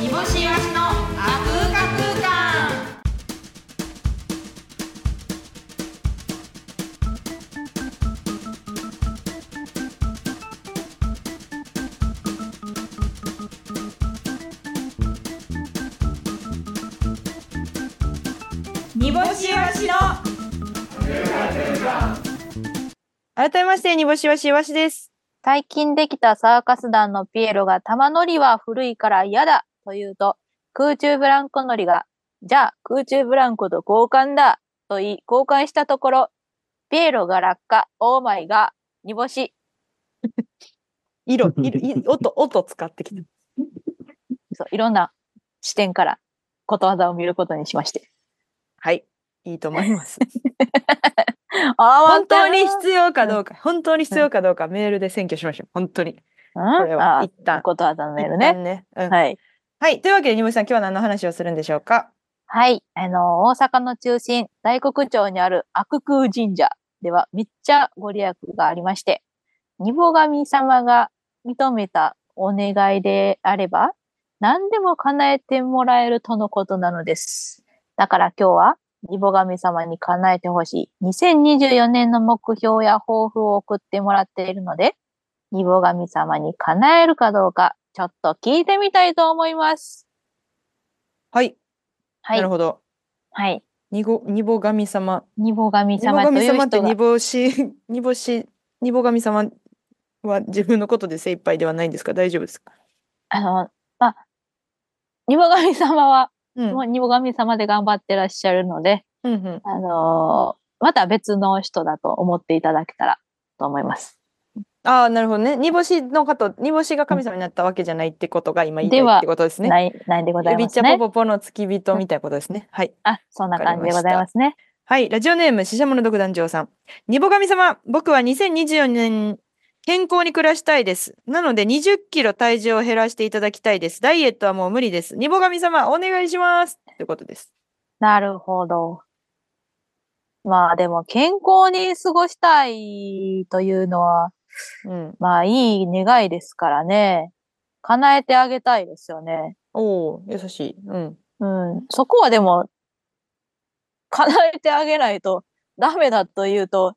煮干しイワシのあふか空間
煮干しわしの改めまして、煮干しわしわしです。
最近できたサーカス団のピエロが玉乗りは古いから嫌だと言うと、空中ブランコ乗りが、じゃあ空中ブランコと交換だと言い、交換したところ、ピエロが落下、オーマイが煮干し。 <laughs>
色、色、い音、音使ってきた。
そういろんな視点からことわざを見ることにしまして。
はい。いいと思い
<laughs>
ます。
あー
本当に
待って
必要かどうか、本当に必要かどうか、メールで選挙しましょう。本当に。
な
これは
うんあー
一旦
ことわざのメールね。
一旦ね。うんはい。
はい。
というわけで、にむさん、今日は何の話をするんでしょうか。
はい。あの、大阪の中心、大黒町にある悪空神社ではめっちゃご利益がありまして、ニボ神様が認めたお願いであれば、何でも叶えてもらえるとのことなのです。だから今日は、ニボ神様に叶えてほしい2024年の目標や抱負を送ってもらっているので、ニボ神様に叶えるかどうか、ちょっと聞いてみたいと思います。
はい。
はい
なる。ほど。
はい。
にぼ、にぼ神様。
ニボ神
にぼ
様と
神
いう
様って
人が
に、ぼ <laughs> し、にぼし、にぼ神様は自分のことで精一杯ではないんですか大丈夫ですか
あの、まあ、ニボ神様は、
うん。
もうニボ神様で頑張ってらっしゃるので、
うんうん。
あのーまた別の人だと思っていただけたらと思います。
ああ、なるほどね。煮干しの方、煮干しが神様になったわけじゃないってことが今言いたい
では
ってことですね。
ない、ないでござい
ゆび
ま
っち
す
ゃぽ
ね。
ぽぽの付き人みたいなことですね。はい。
あ、そんな感じでございますね。
はい、ラジオネーム、ししゃもの独壇場さん。にぼ神様、僕は2024年、健康に暮らしたいです。なので、20キロ体重を減らしていただきたいです。ダイエットはもう無理です。にぼ神様、お願いします。ってことです。
なるほど。まあでも健康に過ごしたいというのは、
うん。
まあいい願いですからね。叶えてあげたいですよね。
おお優しい。うん。
うん。そこはでも、叶えてあげないとダメだというと、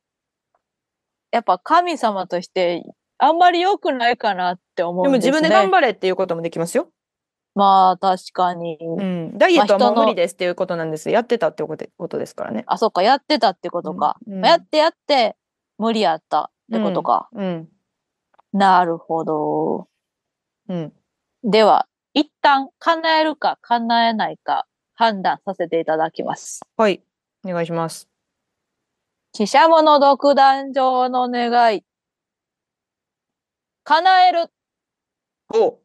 やっぱ神様としてあんまり良くないかなって思
で
うん
も
です
自
ね。
分で頑張れっていうこともできますよ。
まあ確かに。
うん。ダイエットは
まあ
もう
人の
無理ですっていうことなんです。やってたってことでことですからね。
あ、そっか、やってたってことか。
うん。
やってやって無理やったってことか。
うん。
なるほど。
うん。
では、一旦叶えるか叶えないか判断させていただきます。
はい。お願いします。
記者もの独壇場の願い。叶える。
おお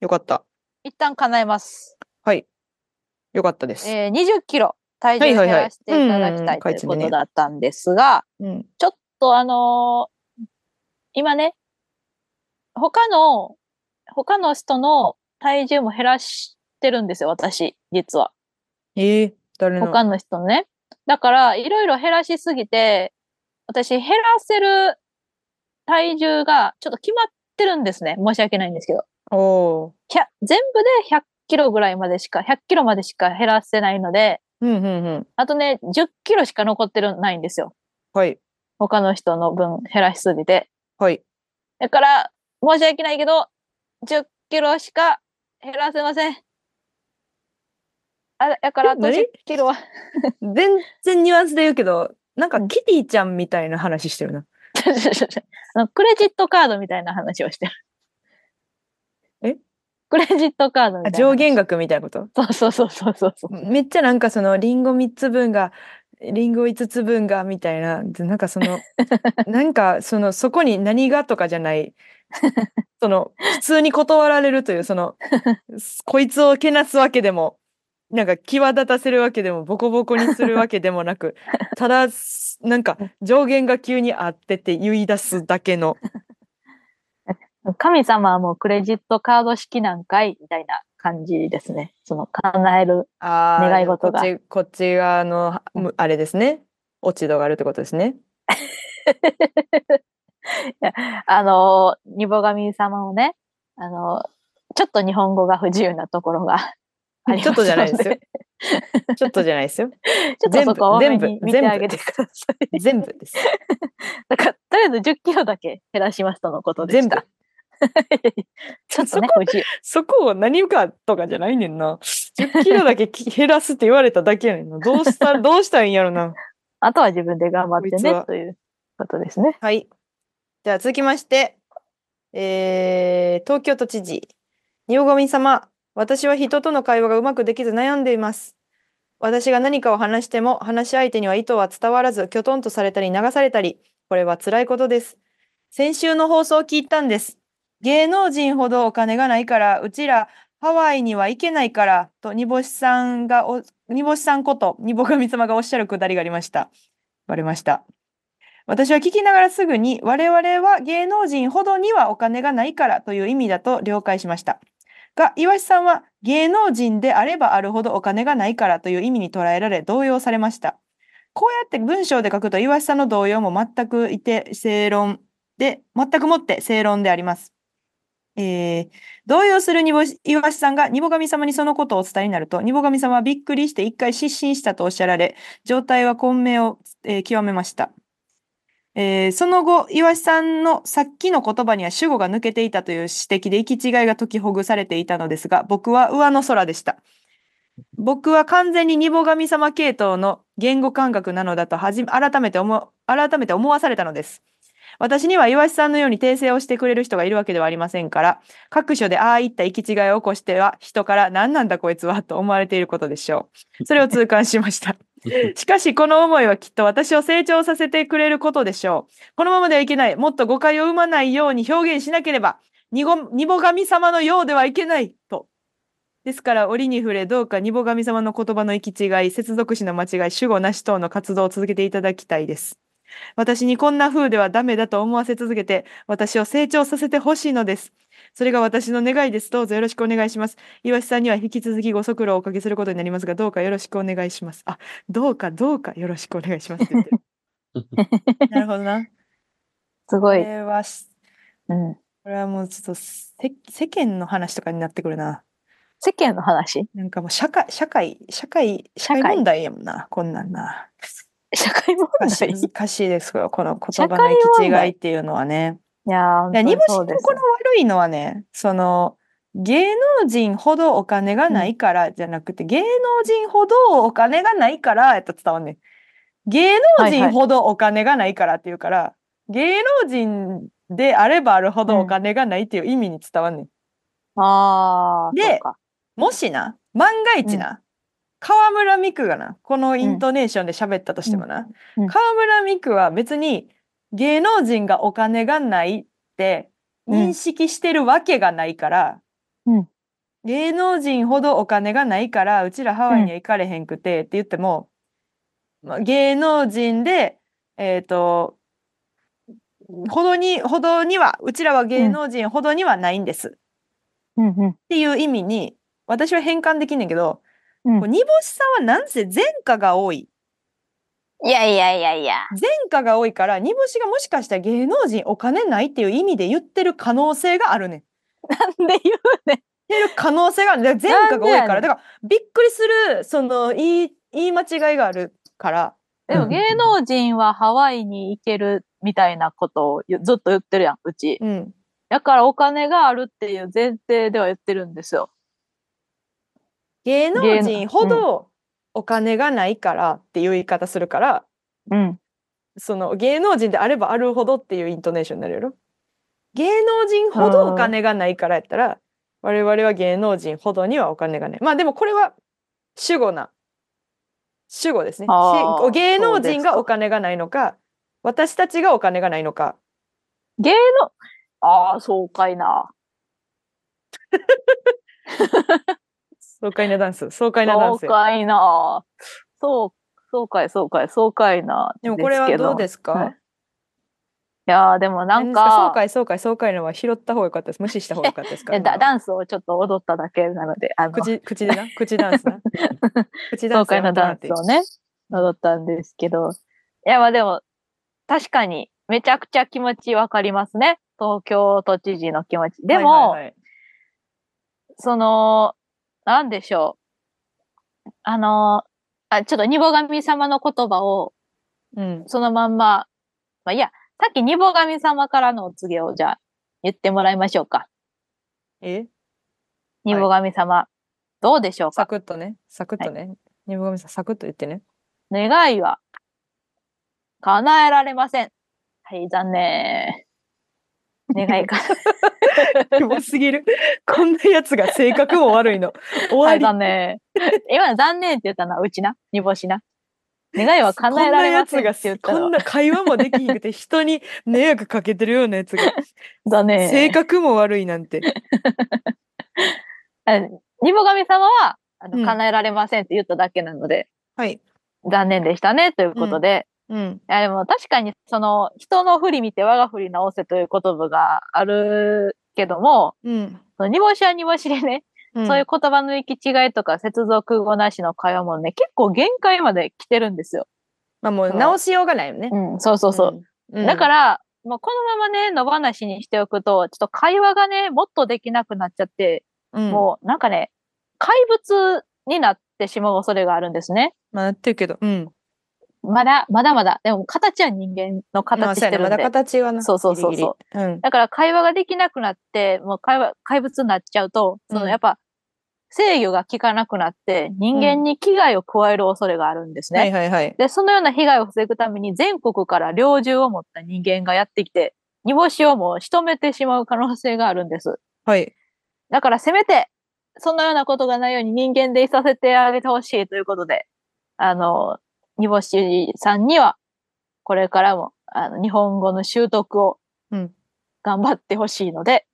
よかった。
一旦叶えます。
はい。よかったです。
えー、20キロ体
はい
重
は
を
い
減
はい
らしていただきたい
うんうん書い
とい
て
う
ね
ことだったんですが、
うん。
ちょっとあのー今ね、他の、他の人の体重も減らしてるんですよ、私、実は。
ええ誰の
他の人ね。だから、いろいろ減らしすぎて、私、減らせる体重がちょっと決まってるんですね。申し訳ないんですけど。
おー
ひゃ全部で100キロぐらいまでしか、100キロまでしか減らせないので、
うんうんうん。
あとね、10キロしか残ってるないんですよ。
はい。
他の人の分減らしすぎて。 <laughs>
はい。
だから、申し訳ないけど、10キロしか減らせません。あだから、あと
え何
10キロは、
全然ニュアンスで言うけど、なんかキティちゃんみたいな話してるな。
<laughs> あのクレジットカードみたいな話をしてる。
え
クレジットカードみ
あ
たいな話。
上限額みたいなこと
そうそうそうそうそう。
めっちゃなんかその、リンゴ3つ分が、リンゴ5つ分が、みたいな、でなんかそ
<laughs>
の、なんかその、そこに何がとかじゃない、その、普通に断られるという、そ
<laughs>
の、こいつをけなすわけでも、なんか際立たせるわけでも、ボコボコにするわけでもな
<laughs>
く、ただ、なんか上限が急にあってって言い出すだけの、
神様はもうクレジットカード式なんかいみたいな感じですね。その叶える。
あー
<laughs> 願い事が
こっちこっち側のは
うん
むあれですね落ち度があるってことですね
あの、ニボ神様をね、あの、ちょっと日本語が不自由なところがあります
<laughs> ちょっとじゃない <laughs> ですよ
の
ちょっとじゃないですよ
ちょっとそこを
全
目
部
に見てあげて
全部
ください。
全部です
だから、とりあえず10キロだけ減らしますとのことで
全
し
部
た。 <laughs> ちょっとね、不自由。
そこを何かとかじゃないねんな10キロ <laughs> だけき減らすって言われただけやねんなどうしたどうしたらいいんやろな
あとは自分で頑張って
こいつは
ね、ということですね。
はいじゃあ続きましてえー、東京都知事におごみ様私は人との会話がうまくできず悩んでいます私が何かを話しても話し相手には意図は伝わらずきょとんとされたり流されたりこれは辛いことです先週の放送を聞いたんです芸能人ほどお金がないからうちらハワイには行けないからと煮干しさんがお煮干しさんこと煮干神様がおっしゃるくだりがありましたバレました私は聞きながらすぐに我々は芸能人ほどにはお金がないからという意味だと了解しましたが岩井さんは芸能人であればあるほどお金がないからという意味に捉えられ動揺されましたこうやって文章で書くと岩井さんの動揺も全くいて正論で全くもって正論でありますえー動揺するにぼし岩橋さんがニボ神様にそのことをお伝えになるとニボ神様はびっくりして一回失神したとおっしゃられ状態は混迷を、えー極めましたえーその後、岩井さんのさっきの言葉には主語が抜けていたという指摘で行き違いが解きほぐされていたのですが、僕は上の空でした。僕は完全にニボ神様系統の言語感覚なのだとはじ改めて思改めて思わされたのです。私には岩井さんのように訂正をしてくれる人がいるわけではありませんから、各所でああいった行き違いを起こしては人から何なんだこいつはと思われていることでしょう。それを痛感しました。しかしこの思いはきっと私を成長させてくれることでしょう。このままではいけない。もっと誤解を生まないように表現しなければ。にご、にぼ神様のようではいけない。と。ですから、折に触れ、どうかにぼ神様の言葉の行き違い、接続詞の間違い、主語なし等の活動を続けていただきたいです。私にこんな風ではダメだと思わせ続けて、私を成長させてほしいのです。それが私の願いです。どうぞよろしくお願いします。岩下さんには引き続きご足労をおかけすることになりますが、どうかよろしくお願いします。あ、どうかどうかよろしくお願いしますって言ってる。
<laughs>
なるほどな。
すご
こ
い。
れはし、
うん。
これはもうちょっとせ世間の話とかになってくるな。
世間の話 <laughs>
なんかもう社会、社会、社会、社会
社会
問題やもんな。こんなん
<laughs>
な。
社会問
難し
題。
い
い
難しいですよ。この言
社
葉
会
の行き違
問題
いっていうのはね。
やー、
いや、煮
本
干し
当そ
の
う
こ
です
の悪いのはね、その、芸能人ほどお金がないからじゃなくて、芸能人ほどお金がないからやったら伝わんねん。芸能
はい
人
はい
ほどお金がないからって言うから、芸能人であればあるほどお金がないっていう意味に伝わんねん。
ああ、
で
そうか。
もしな、万が一な、河村美久がな、このイントネーションで喋ったとしてもな、
うんうん
河村美久は別に芸能人がお金がないって認識してるわけがないから、
うん
芸能人ほどお金がないから、うちらハワイには行かれへんくてって言っても、まあ芸能人で、えっ、と、ほどに、ほどには、うちらは芸能人ほどにはないんです。
うんうん。
っていう意味に私は変換できんねんけど、
うん
こう煮干しさんはなんせ前科が多い
いやいやいやいや。
前科が多いから煮干しがもしかしたら芸能人お金ないっていう意味で言ってる可能性があるねん。
なんで言う
言ってる可能性があるねんだから前科が多いから
なんで
だか
やねん
らびっくりするその言い言い間違いがあるから
で
う
も
ん
芸能人はハワイに行けるみたいなことをゆずっと言ってるやん、うち。
うん
だからお金があるっていう前提では言ってるんですよ。
芸能
芸
人ほどお金がないからっていう言い方するから
うん。
その芸能人であればあるほどっていうイントネーションになるやろ芸能人ほどお金がないからやったら我々は芸能人ほどにはお金がないまあでもこれは主語な主語ですね
あー
し芸能
そうで
人
すか
がお金がないのか私たちがお金がないのか
芸能、ああ、そうかいな。
爽快なダンス爽快なダ
そ
ン
う
ス
かいな。そう、そうかい、そうかい、そうかいな。
でもこれはどうですすか
はいけどいやーでもなん
爽
か、
快爽快爽快のは拾った方が良かったです無視した方が良かったですか
いや
ら
だダンスをちょっと踊っただけなので、あの、
口口でな口ダンス
<laughs>
な口ダンスや
爽快
め
な
てもら
ダ
っ
ン
てい
ス
い
をね、踊ったんですけど。いや、まあでも、確かに、めちゃくちゃ気持ちわかりますね。東京都知事の気持ち。でも、
はいはいはい
その、なんでしょう。あの、あちょっとニボ神様の言葉を
うん
そのまんま、まあ、いや、さっきニボ神様からのお告げをじゃあ言ってもらいましょうか。
え
ニボ神様、どうでしょう
サ
か
クッとね、サクッとね。ニブガミさん、サクッと言って
<laughs>
ね。
願いは叶えられません。はい、残念。願いか。
キモすぎる。こんなやつが性格も悪いの。 <laughs> 終
は
わ
い、
り。
残念。今の残念って言ったのはうちな、煮干しな。願
<laughs>
いは叶えられませんって言っ
こ
た
んなやつが、こ
の
ん
は
な会話もできひん
<laughs>
くて、人に迷惑かけてるようなやつが、
残念。
性格も悪いなんて。
あニボ神様は、あ
う
の、
ん
叶えられませんって言っただけなので、
はい。
残念でしたね、ということで。
うん。
いや、でも確かに、その、人の振り見て我が振り直せという言葉があるけども、
うん。
その煮干しは煮干しでね、
うん
そういう言葉の行き違いとか接続語なしの会話もね、結構限界まで来てるんですよ。
まあもう直しようがないよね。
うん、そうそうそう。
ん。、
だからら、もうこのままね、野放しにしておくと、ちょっと会話がね、もっとできなくなっちゃって、
うん
もうなんかね、怪物になってしまう恐れがあるんですね。
まあなってるけど、うん。
まだ、まだまだ。でも形は人間の
まあ
形
そう
し
や
て
な
る
ま
ん
だ
で。
形はな。
そうそうそうそう
ギリギリ。うん。
だから会話ができなくなって、もう会話、怪物になっちゃうと、そ
うん
のやっぱ制御が効かなくなって、人間に危害を加える恐れがあるんですね。
はいはいはい。
で、そのような被害を防ぐために全国から猟銃を持った人間がやってきて、煮干しをもう仕留めてしまう可能性があるんです。
はい。
だからせめて、そのようなことがないように人間でいさせてあげてほしいということで、あの、煮干しさんには、これからも、あの、日本語の習得を
うん。
頑張ってほしいので、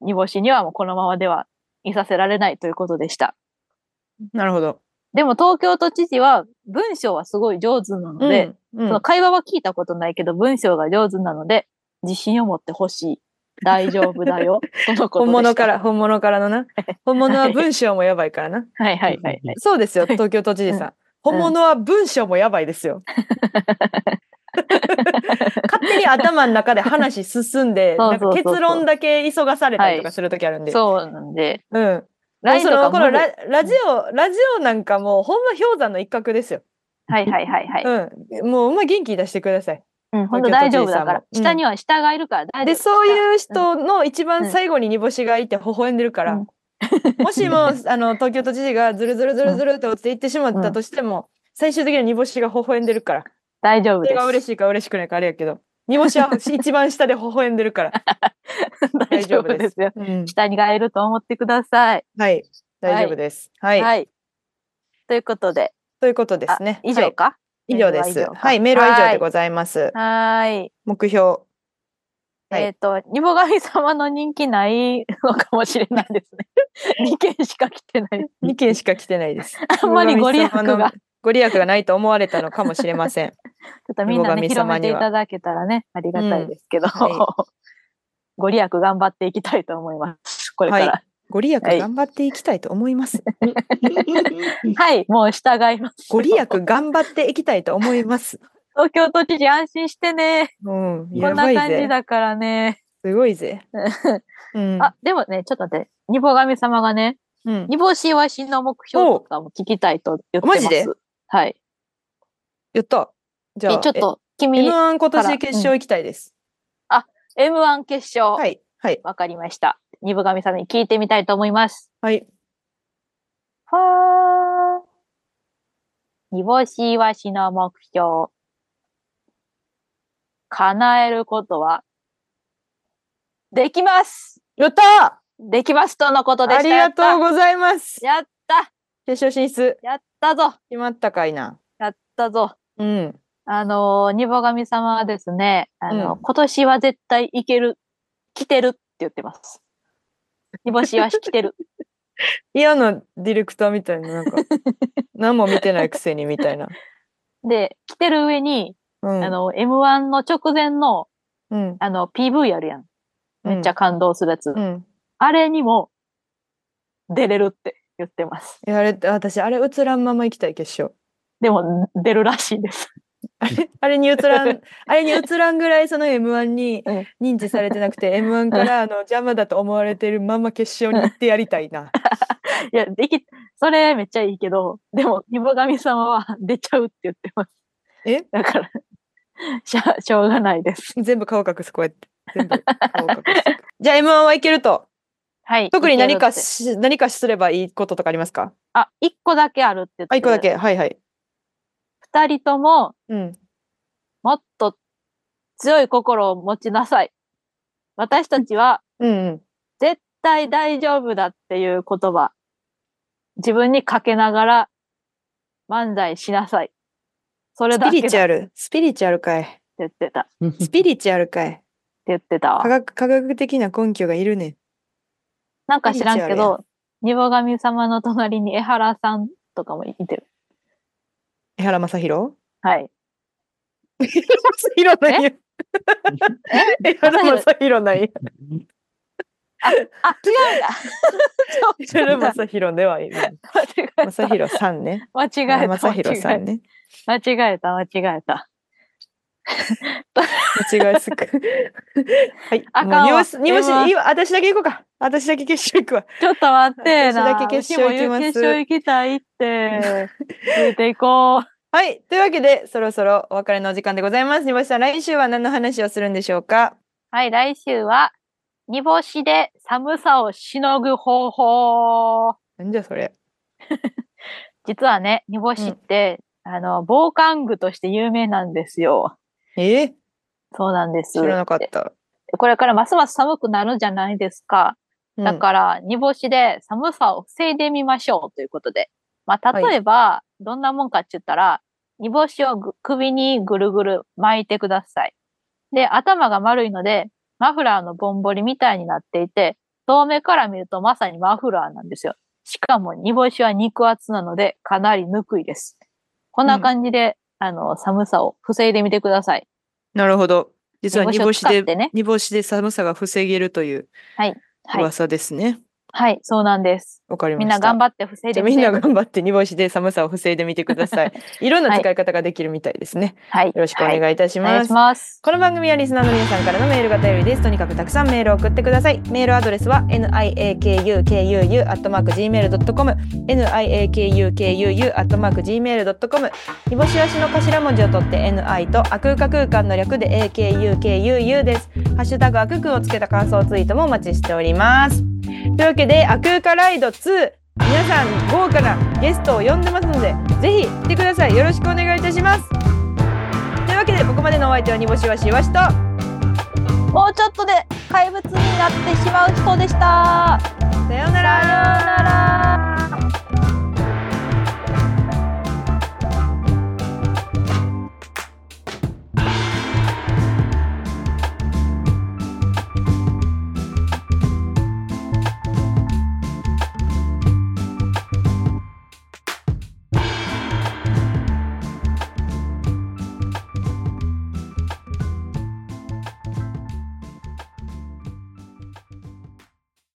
煮干しにはもうこのままではいさせられないということでした。
なるほど。
でも東京都知事は文章はすごい上手なので、
うん、うん
その会話は聞いたことないけど文章が上手なので、自信を持ってほしい。大丈夫
<laughs>
だよ。とのこと
本
でした
物か。ら、本物からのな。本物は文章もやばいからな。
はいはいはいはい。
そうですよ、東京都知事さん。
ん
本物は文章もやばいですよ。 <laughs> 勝手に頭の中で話進んで、
<laughs> そう
なん
そうそうそ
か
う
結論だけ急がされたりとかする時あるんで。
そうなんで、
うん。
ライ
そ
ブと
のこ
かも
のララジオ、ラジオなんかもうほんま氷山の一角ですよ。
はいはいはいはい。
うん。もうほんま元気出してください。
うん、ほんと
東
大
京都
丈
知
夫
事さんも
だから。
うん
下には下がいるから大丈夫。
で、そう
う。
いう人の一
う
番
ん
最後に煮干しがいて微笑んでるから、
うん
もしもあの東京都知事がズルズルズルズルって落ちていってしまったとしても、最終的には煮干しが微笑んでるから。
大丈
そ
夫で
れ
す。
が嬉しいか嬉しくないかあれやけど煮干しは一番下で微笑んでるから、
<laughs> 大丈夫ですよ。下にがいると思ってください。
はい大丈夫ですはい、
はい。ということで、
ということですね
あ以上
はい
か。
以上で
メールは以
す
上か
はいメールは以上
は
で
い
ございます
はーい。
目標はい
えっ、と、ニボ神様の人気ないのかもしれないですね。2件しか来てない。
2件しか来てないです
あんまりご利益が
大神様のご利益がないと思われたのかもしれません
ちょっとみんなね、
ニボ神
広
様
め
に
てい
は
ただけたらね、ありがたいですけど、
は
<laughs> ご利益頑張っていきたいと思います。これから。
は
はい
ご利益
はい
頑張っていきたいと思います、
<laughs>
い、もう従います。
ご利益頑張っていきたいと思い
<laughs>
ます
東京都知事安心してね。
うん
こ
や
んな
ばい
感じ
ぜ
だからね。
すごい
<laughs>
ぜうん
あ、でもね、ちょっと待って、ニボ神様がね、
うん
煮干しわしの目標とかも聞きたいと言ってます。
おマジで
はい。
やったじ
え
ゃ
ち
あ
ょっと、
え
君、
M1 今
からう
年
ん
決勝行きたいです、
M1 決勝。
はいはい
わかりました。二部神様に聞いてみたいと思います。
はい
ファー。煮干しわしの目標。叶えることは、できます
やったー
できますとのことでした。
ありがとう
う
ございます。
やった
決勝進出
やったぞ
決まったかいな。
やったぞ
うん。
あのー、ニボ神様はですね、あの、
うん
今年は絶対いける、来てるって言ってます。煮干しは来てる。
嫌なディレクターみたいな、なんか、
<laughs>
何も見てないくせにみたいな。
で、来てる上に、
うん。
あの、M1 の直前の、
うん、
あの、PV あるやん。
うん
めっちゃ感動するやつ。
うん。
あれにも、出れるって言ってます。
いやあれ、私、あれ映らんまま行きたい、決勝。
でも、出るらしいです。 <laughs>
あれあれに映ら <laughs> ん、あれに映らんぐらい、その M1 に
うん
認知されてなくて、M1 からあの邪魔だと思われてるまま決勝に行ってやりたい <laughs> な。
いや、でき、それめっちゃいいけど、でも、ニボ神様は出ちゃうって言ってます。
え
だから、 <laughs> しゃ、しょうがないです。
全部顔隠す、こうやって。全部顔 <laughs> 隠す。じゃあ M1 はいけると。
はい。
特に何
いける
か
って
し、何かすればいいこととかありますか
あ、一個だけあるって言っ
あ、
てる。
一個だ。け。はいはい。
二人とも、
うん。
もっと強い心を持ちなさい。私たちは、
うんうん。
絶対大丈夫だっていう言葉、自分にかけながら漫才しなさい。それ
ス
だ
ピ
けだ
リチュ
って
アル。スピリチュアルかい。
言ってた。って
スピリチュアルかい。
言ってた
科
わ。
学、科学的な根拠がいるねん。
なんか知らん
スピ
け
リチュアル
ど、ニボ神様の隣に江原さんとかもいてる。
江原正宏 <laughs>
はい。
江原正宏なんや。江原正宏なんや。
あ、違うんだ
<laughs> 江
ちょっと
原
待
正宏では、
<laughs>
正
って。
宏さんね。
間 <laughs> 違え
江
た。
原
間
正
違えた。
宏さんね。
間違えた、間違えた。
間違いすく。
<laughs>
はい。
あかん
もう
わ
ニュース、ニュース
M1
いいわ私だけ行こうか。私だけ決勝行くわ。
ちょっと待ってな。
私だけ決勝行きます
うちも決勝行きた
<laughs>
いって。続いていこう。
はい。というわけで、そろそろお別れのお時間でございます。煮干しさん、来週は何の話をするんでしょうか
はい、来週は、煮干しで寒さをしのぐ方法。
なんじゃそれ。
実はね、煮干しって、あの、防寒具として有名なんですよ。
えー
そうなんです。
知らなかった。
これからますます寒くなるじゃないですか。
うん
だから、煮干しで寒さを防いでみましょうということで。まあ、
はい
例えば、どんなもんかって言ったら、煮干しをぐ首にぐるぐる巻いてください。で、頭が丸いので、マフラーのぼんぼりみたいになっていて、遠目から見るとまさにマフラーなんですよ。しかも煮干しは肉厚なので、かなりぬくいです。こんな感じで、あの、寒さを防いでみてください。
なるほど。実は煮
煮
干
干
し
しを使
で
ってね
煮干しで寒さが防げるという
はい。
噂ですね。
はい、そうなんです。
わ、かりま
み
した。
んな頑張って防い
じ
で
ゃあ
み
み
て。
んな頑張って煮干しで寒さを防いでみてくだ
<laughs>
さい。いろんな使い方ができるみたいですね。
はい。
よろしくお願いいたし
お願
ま
い
す
し。ます。
この番組はリスナーの皆さんからのメールが頼りです。とにかくたくさんメールを送ってください。メールアドレスは niakukuu.gmail.com niakukuu.gmail.com 煮干しわしの頭文字を取って ni とあくうか空間の略で akukuu です。ハッシュタグあくくんをつけた感想ツイートもお待ちしております。というわけで、あくうかライド2、皆さん豪華なゲストを呼んでますので、ぜひ来てください。よろしくお願いいたします。というわけでここまでのお相手は煮干しわしわしと
もうちょっとで怪物になってしまう人でした。
さような
さよう
ら
なら。